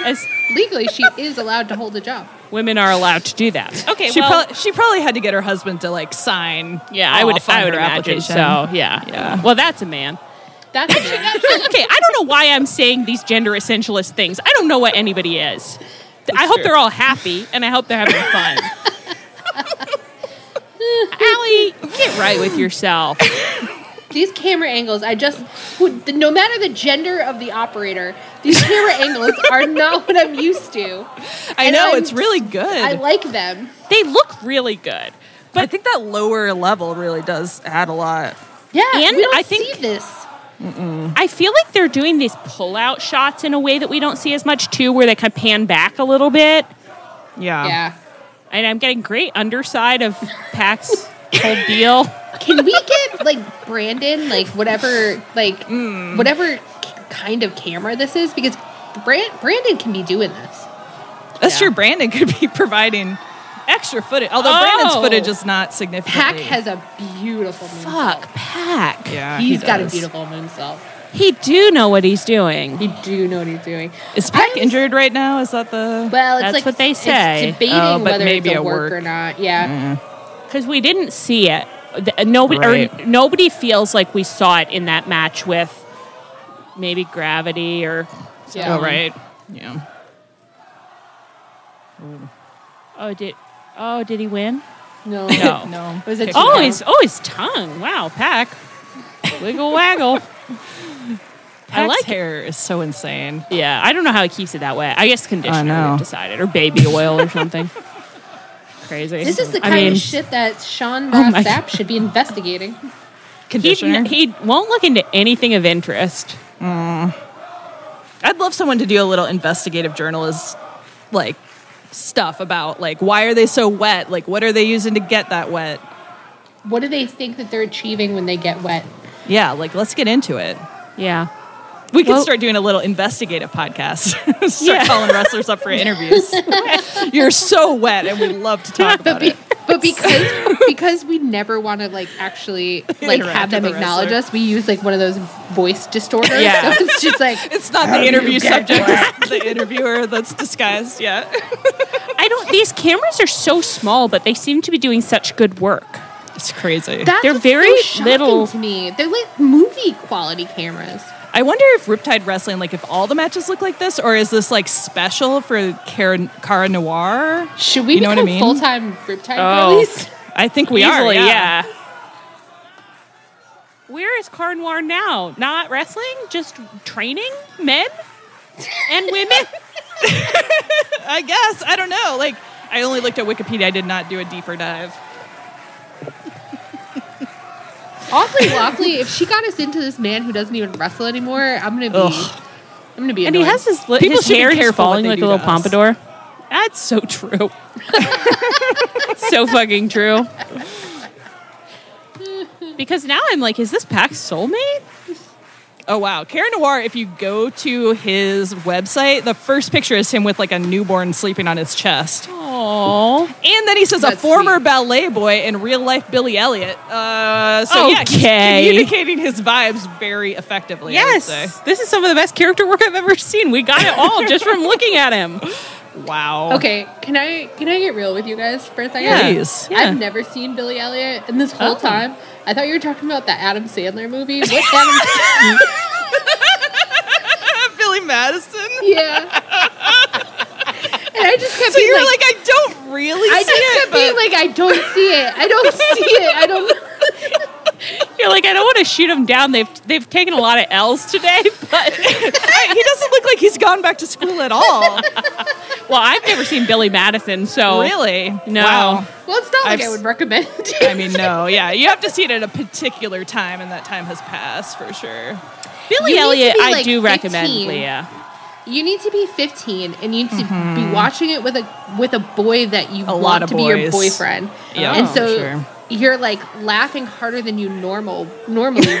as legally she is allowed to hold a job. women are allowed to do that. Okay, She, well, prob- she probably had to get her husband to like sign. yeah, I would, off on I would her imagine application. so. Yeah, Yeah. Well, that's a man. That's a man. okay, I don't know why I'm saying these gender essentialist things. I don't know what anybody is. I hope they're all happy and I hope they're having *laughs* fun. Allie, get right with yourself. *laughs* These camera angles, I just, who- no matter the gender of the operator, these camera angles are not what I'm used to. I And know I'm- it's really good. I like them. They look really good. I think that lower level really does add a lot. Yeah, And we don't I think- see this. I feel like they're doing these pull-out shots in a way that we don't see as much too, where they kind of pan back a little bit. Yeah. Yeah. And I'm getting great underside of Pax whole deal. Can we get like Brandon, like whatever, like Mm. whatever k- kind of camera this is? Because Brand- Brandon can be doing this. That's Yeah. true. Brandon could be *laughs* providing extra footage, although Brandon's Oh. footage is not significant. Pack has a beautiful moonsault. Fuck, Pack. Yeah, he He's got a does. beautiful moonsault. He do know what he's doing. You do know what he's doing. Is Pack I was- injured right now? Is that the? Well, it's That's like what they it's say. debating Oh, but whether maybe it's a, a work, work. or not. Mm-hmm. Yeah, Because we didn't see it. Th- Nobody, or Right. nobody feels like we saw it in that match with maybe gravity or. yeah. Oh, Yeah. Oh, did oh did he win? No, *laughs* No. No. Was it Kicked Oh, Yeah. his oh his tongue. Wow, Pack. Wiggle *laughs* waggle. I Pac's like it. hair is so insane. Yeah, I don't know how he keeps it that way. I guess conditioner know. would have decided, or baby oil or *laughs* something. Crazy. This is the I kind mean, of shit that Sean Oh Ross my Sapp should be investigating. He, Conditioner. he won't look into anything of interest. I'd love someone to do a little investigative journalist like stuff about like why are they so wet? Like what are they using to get that wet? What do they think that they're achieving when they get wet? Yeah, like let's get into it. Yeah. We could Well- start doing a little investigative podcast. *laughs* start Yeah. calling wrestlers up for *laughs* interviews. You're so wet, and we love to talk But about be, it. *laughs* but because because we never want to like *laughs* actually like Interact have them with the acknowledge wrestler. us, we use like one of those voice distorters. Yeah. So it's just like *laughs* It's not the interview *laughs* subject; it's the interviewer that's disguised. *laughs* Yeah, I don't. These cameras are so small, but they seem to be doing such good work. it's crazy. that's They're what's very so shocking little- to me. They're like movie quality cameras. I wonder if Riptide Wrestling, like, if all the matches look like this, or is this like special for Cara, Cara Noir? Should we You know what I become mean? full time Riptide Oh. *laughs* girlies? I think we Easily, are. yeah. Where is Car Noir now? Not wrestling, just training men and women. *laughs* *laughs* I guess I don't know. Like, I only looked at Wikipedia. I did not do a deeper dive. Awfully Waffly, if she got us into this man who doesn't even wrestle anymore, I'm gonna be I'm gonna be And he annoyed. has his, li- People his should be hair is careful what falling they like a do little to us. pompadour. That's so *laughs* true. so fucking true. Because now I'm like, is this Pac's soulmate? Oh wow, Cara Noir. If you go to his website, the first picture is him with like a newborn sleeping on his chest, Oh, and then he says a That's former sweet. ballet boy and real life Billy Elliot. Uh, so yeah, he's Okay. communicating his vibes very effectively. I would yes. say. This is some of the best character work I've ever seen. We got it all just from looking at him. *laughs* *laughs* Wow. *laughs* Okay, can I can I get real with you guys for a second? Yeah. Oh. Please. Yeah. I've never seen Billy Elliot, and this whole time I thought you were talking about the Adam Sandler movie. What Adam? Billy Madison. *laughs* yeah. And I just kept So being you're like, like, I don't really I see just it. kept being but- like, I don't see it. I *laughs* don't see it. I don't. You're like, I don't want to shoot him down. They've they've taken a lot of L's today, *laughs* but Right, he doesn't look like he's gone back to school *laughs* at all. well, I've never seen Billy Madison, so really? Oh. No. Wow. Well, it's not like I've I s- would recommend. *laughs* it. I mean, no. Yeah, you have to see it at a particular time, and that time has passed for sure. *laughs* Billy You need to Elliot, be, I like, do recommend *laughs* 15. Leah. You need to be 15 and you need to be watching it with a with a boy that you want Mm-hmm. lot of to be boys. your boyfriend. Yeah, Oh, and for so sure. you're like laughing harder than you normal normally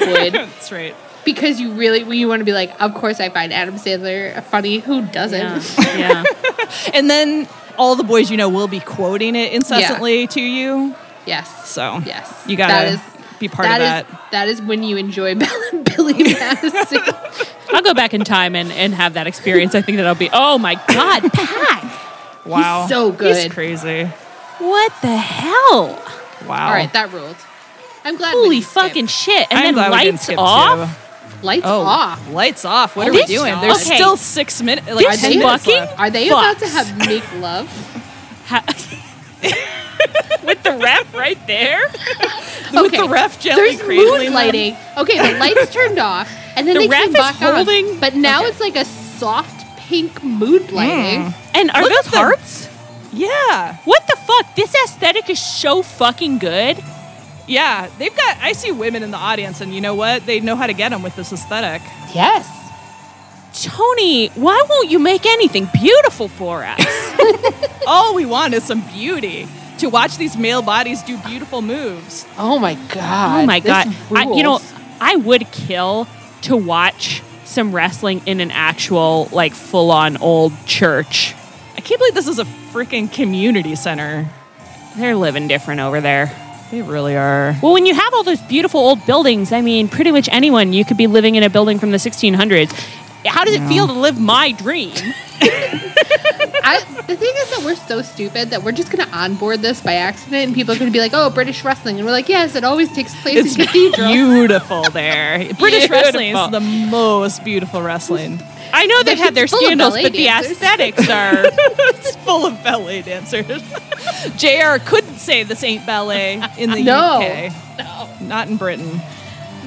*laughs* would That's right. because you really you want to be like, of course I find Adam Sandler funny. Who doesn't? Yeah. yeah. And then all the boys you know will be quoting it incessantly to you. Yes. So yes, you gotta That is- be part of that that. is that is when you enjoy *laughs* Billy *laughs* Madison. I'll go back in time and, and have that experience. I think that'll be oh my god, *laughs* Pack! wow, so good. He's crazy. What the hell? Wow. All right, that ruled. I'm glad. we Holy didn't skip. fucking shit! And I'm then glad we didn't lights skip off. Too. lights Oh, off. Oh lights off. What are This- we doing? There's okay. still six minutes, like This ten minutes fucking- left. Are they about to Fucks. have make *laughs* love? Ha- With the rep right there, With the ref gently There's cradling mood them. lighting. Okay, *laughs* the lights turned off, and then The they ref came is back holding- on. But now it's like a soft pink mood lighting. and are Look at those the- hearts? Yeah. What the fuck, this aesthetic is so fucking good. Yeah, they've got. I see women in the audience, and you know what? They know how to get them with this aesthetic. Yes. Tony, why won't you make anything beautiful for us? All Oh, we want is some beauty to watch these male bodies do beautiful moves. Oh my god. oh my This god. I, you know, rules. I would kill to watch some wrestling in an actual like full-on old church. I can't believe this is a freaking community center. They're living different over there. They really are. Well, when you have all those beautiful old buildings, I mean, pretty much anyone, you could be living in a building from the 1600s. How does it feel to live my dream? *laughs* I, the thing is that we're so stupid that we're just going to onboard this by accident, and people are going to be like, "Oh, British wrestling," and we're like, "Yes, it always takes place It's *laughs* in cathedrals." beautiful there. British wrestling Beautiful. is the most beautiful wrestling. I know they've had their Full of scandals, ballet but the dancers. aesthetics are. *laughs* it's full of ballet dancers. JR couldn't say this ain't ballet in the No. UK. No. Not in Britain.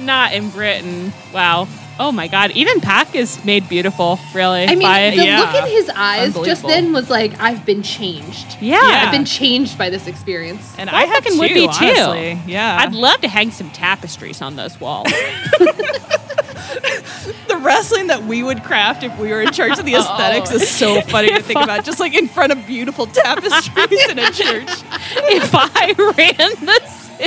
Not in Britain. Wow. Oh my God. Even Pac is made beautiful, really. I mean, by- the yeah. look in his eyes just Unbelievable. then was like, "I've been changed." Yeah. I've been changed by this experience. *laughs* And I I have fucking too, would be too. honestly. Yeah. I'd love to hang some tapestries on those walls. *laughs* the wrestling that we would craft if we were in charge of *laughs* the aesthetics is *laughs* so funny to think about. Just like in front of beautiful tapestries *laughs* in a church. if I ran this. *laughs*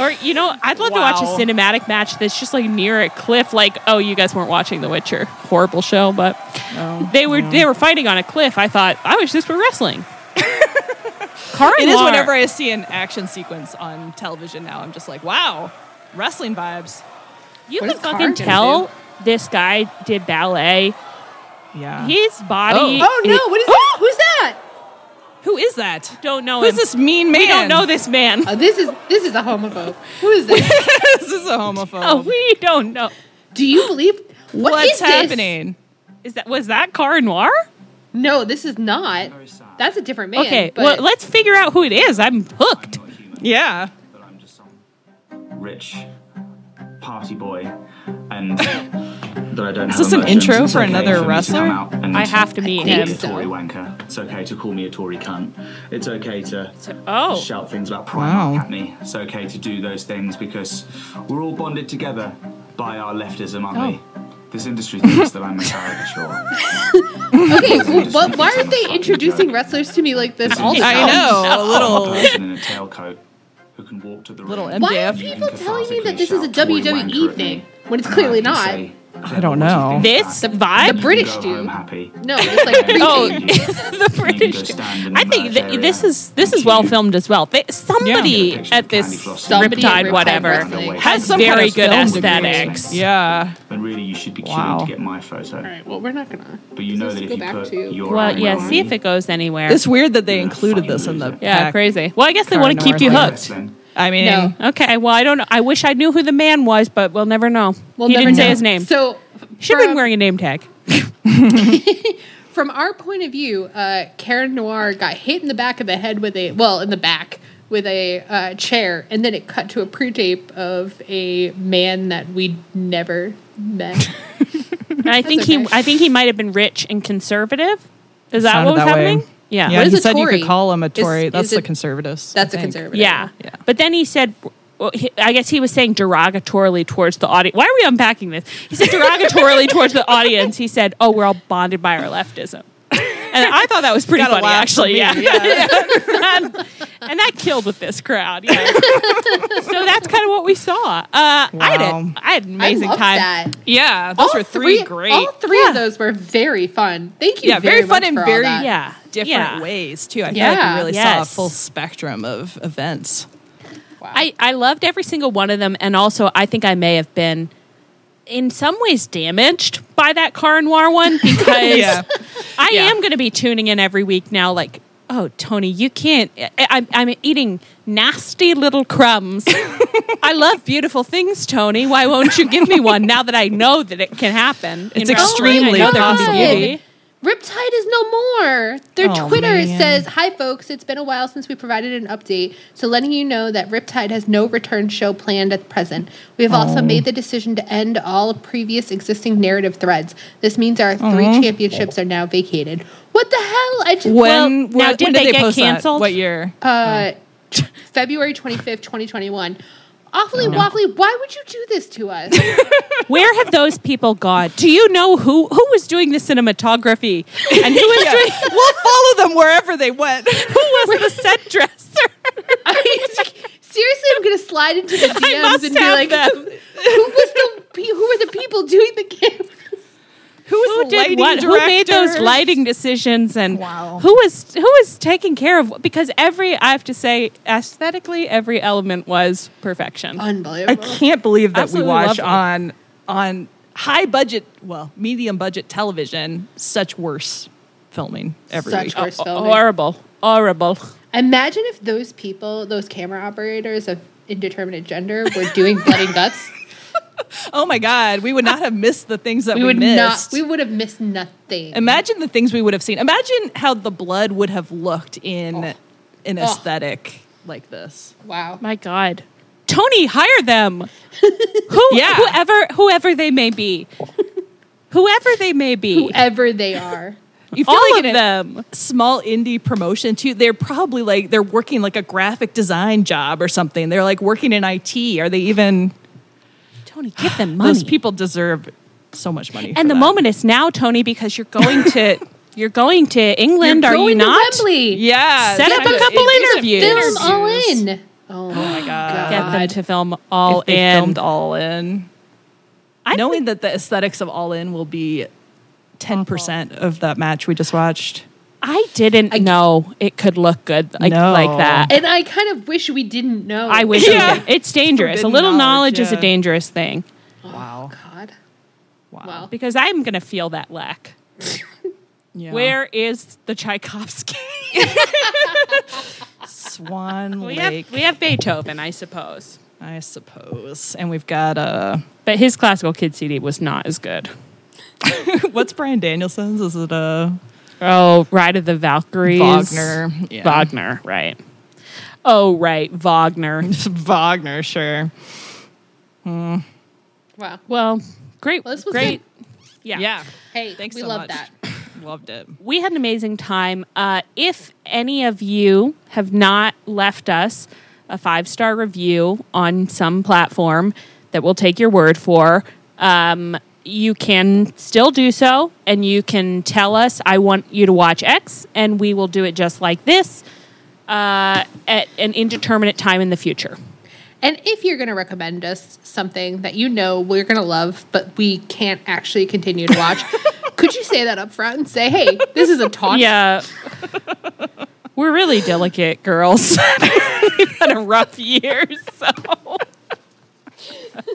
or you know, I'd love to watch Wow. a cinematic match that's just like near a cliff. Like, oh, you guys weren't watching The Witcher, horrible show, but Oh, they were they were fighting on a cliff. I thought, I wish this were *laughs* wrestling. Karin It is Lar- whenever I see an action sequence on television now, I'm just like, wow, wrestling vibes. you What can is Karin fucking gonna tell this guy did ballet. Yeah. His body. Oh no! What is that? *gasps* Who's that? Who is that? Don't know Who's him. this mean man? We don't know this man. Oh, this is this is a homophobe. Who is this? *laughs* this is a homophobe. Oh, *laughs* we don't know. Do you believe what What's is this? happening? Is that was that Car Noir? No, this is not. That's a different man. okay, well, but let's figure out who it is. I'm hooked. Yeah. that I'm just some rich party boy and that I don't Is have this an emotions. intro It's for okay another me to wrestler? come out and I have to meet be a him. so. Tory wanker. It's okay to call me a Tory cunt. It's okay to Oh, shout things about Wow. Primark at me. It's okay to do those things because we're all bonded together by our leftism, aren't we? This industry thinks that I'm a caricature. okay. well, just why thinking it's aren't on a they fucking introducing joke. wrestlers to me like this? All the I time? know. A I'm a little. person in a tailcoat who can walk to the Little MJF. ring. Why are You can people telling me that cathartically this is a shout Tory wanker WWE at me. thing when it's clearly And not? I I don't know. this The vibe. British go dude. Home happy. No, it's like *laughs* *laughs* three Oh. dudes. *laughs* the British. You can go stand in the I think merch that area this is this and is well see filmed as well. They, somebody Yeah. at this Somebody at Riptide Riptide whatever Wrestling. has Some very kind of good film degree. aesthetics. Yeah. When really you should be queuing Wow. to get my photo. All right. Well, we're not gonna. But you know Let's that if go you back put to- your Well, own yeah. money See if it goes anywhere. It's weird that they Yeah, included this in fucking the loser. yeah, pack. crazy. Well, I guess they Car want to keep Noir you thing. hooked. wrestling, I mean, No. Okay. Well, I don't. know. I wish I knew who the man was, but we'll never know. We'll he never didn't know. say his name. So Should have been from- wearing a name tag. from our point of view, uh, Karen Noir got hit in the back of the head with a well in the back with a uh, chair, and then it cut to a pre-tape of a man that we never *laughs* met. And I think he. okay. I think he might have been rich and conservative. Is that Sounded what was that way. happening? Yeah. yeah, What he is a said you Tory? could call him a Tory. is That's the it- conservatives. I That's a think. conservative. Yeah. Yeah. But then he said, well, he, I guess he was saying derogatorily towards the audience. Why are we unpacking this? He said *laughs* derogatorily towards the audience. He said, oh, we're all bonded by our leftism. And I thought that was pretty Gotta funny, laugh for actually. me, Yeah. *laughs* and, and that killed with this crowd. *laughs* Yeah. so that's kind of what we saw. Uh, I, had Wow. a, I had an amazing I love time. That. Yeah, those All were three, All great. three Yeah. of those were very fun. Thank you. Yeah, very very fun much and for all very- that. Yeah. Different yeah. ways too. I feel like Yeah. we really saw Yes. a full spectrum of events. I, I loved every single one of them. And also, I think I may have been in some ways damaged by that Car Noir *laughs* one because Yeah. I Yeah. am going to be tuning in every week now. Like, oh, Tony, you can't. I, I'm, I'm eating nasty little *laughs* crumbs. I love beautiful things, Tony. Why won't you give me one now that I know that it can happen? in It's wrestling? extremely Oh, I know there can be possible. beauty. Riptide is no more. Their Oh, Twitter man. says, Hi, folks. It's been a while since we provided an update. So, letting you know that Riptide has no return show planned at present. We have also made the decision to end all previous existing narrative threads. This means our 3 championships are now vacated. What the hell? I just When, now, what- did when they get post that? canceled? What year? uh, *laughs* February 25th, 2021. Awfully waffly, why would you do this to us? *laughs* Where have those people gone? Do you know who who was doing the cinematography and who *laughs* was doing we'll follow them wherever they went. who was the set *laughs* dresser? I- seriously, I'm going to slide into the DMs must and be have like, them. who was the pe- who were the people doing the game? Who was *laughs* Who the did lighting what? Who made those director? lighting decisions and Wow. who was who was taking care of? Because every I have to say, aesthetically, every element was perfection. I Unbelievable. can't believe that Absolutely we watch lovely. on on high budget, well, medium budget television such worse filming every Such week. worse filming. Oh, horrible, horrible. Imagine if those people, those camera operators of indeterminate gender, were doing blood *laughs* and guts. Oh my god, we would not have missed the things that We we, would missed. not. We would have missed nothing. Imagine the things we would have seen. Imagine how the blood would have looked Oh. in an aesthetic like *laughs* this. wow. My God, Tony, hire *laughs* them. Who, Yeah. whoever, whoever they may be, whoever they may be, Whoever they are. You feel all like of in a them. small indie promotion too. They're probably like they're working like a graphic design job or something. They're like working in IT. Are they even Tony, give them Those money. people deserve so much money. for and the that. moment is now, Tony, because you're going *laughs* to you're going to England, You're are you going to not? Wembley. yeah, Set they up a should couple do some interviews. Film all in. *gasps* Oh, my god. Get them to film all Uh, If they in. filmed all in, I knowing think- that the aesthetics of all in will be ten percent Uh-huh. of that match we just watched. I didn't know it could look good like, No. like that. *laughs* And I kind of wish we didn't know. I wish Yeah. it did. it's dangerous. Forbidden a little knowledge, knowledge, is a yeah. dangerous thing Wow, God. wow, Wow. because I'm going to feel that lack. Yeah. Where is the *laughs* Tchaikovsky? Swan we Lake, have we have Beethoven, I suppose, I suppose, and we've got uh, but his classical kid CD was not as good. what's Brian Danielson's? Is it uh, *laughs* Oh, Ride of the Valkyries, Wagner, yeah. Wagner, right? Oh, right, Wagner. Wagner? Sure. Wow. Well, great, Well, this was great. Yeah. Hey, Thanks we so love much. that. loved it. we had an amazing time. Uh, if any of you have not left us a five star review on some platform that we'll take your word for, um, you can still do so and you can tell us, I want you to watch X, and we will do it just like this uh, at an indeterminate time in the future. And if you're going to recommend us something that you know we're going to love, but we can't actually continue to watch, could you say that up front and say, hey, this is a talk? Yeah. *laughs* We're really delicate girls. *laughs* We've had a rough year, so *laughs*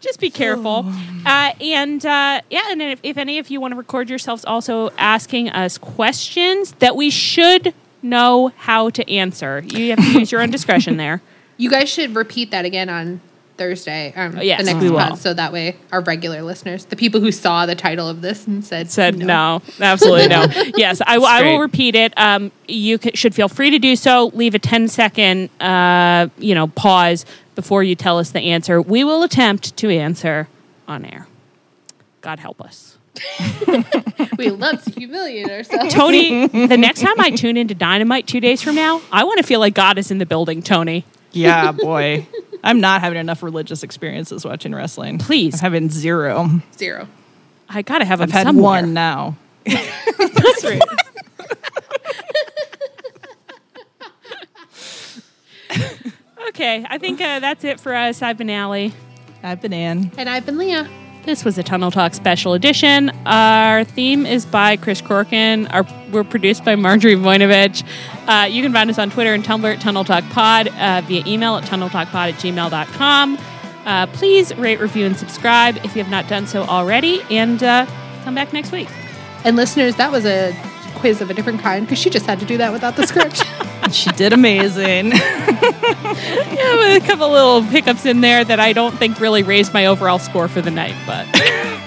just be careful. Uh, and uh, yeah, and if, if any of you want to record yourselves also asking us questions that we should know how to answer, you have to use your own discretion there. You guys should repeat that again on Thursday, um, Oh, yes, the next we will. pod, so that way our regular listeners, the people who saw the title of this and said, said no, absolutely no. yes, I, will- I will Straight. repeat it. Um, you c- should feel free to do so. Leave a 10 second, uh, you know, pause before you tell us the answer. We will attempt to answer on air. God help us. we love to humiliate *laughs* ourselves. Tony, the next time I tune into Dynamite two days from now, I want to feel like God is in the building, Tony. Yeah, boy. *laughs* I'm not having enough religious experiences watching wrestling. Please. I'm having zero. Zero. I got to have him I've had somewhere. one now. *laughs* Okay, I think uh, that's it for us. I've been Allie. I've been in. And I've been Leah. This was a Tunnel Talk special edition. Our theme is by Chris Corkin. Our, we're produced by Marjorie Voinovich. Uh, you can find us on Twitter and Tumblr at Tunnel Talk Pod, uh, via email at tunneltalkpod at gmail.com. Uh, please rate, review, and subscribe if you have not done so already. And uh, come back next week. And listeners, that was a quiz of a different kind because she just had to do that without *laughs* the script. She did amazing. *laughs* Yeah, with a couple little hiccups in there that I don't think really raised my overall score for the night, but.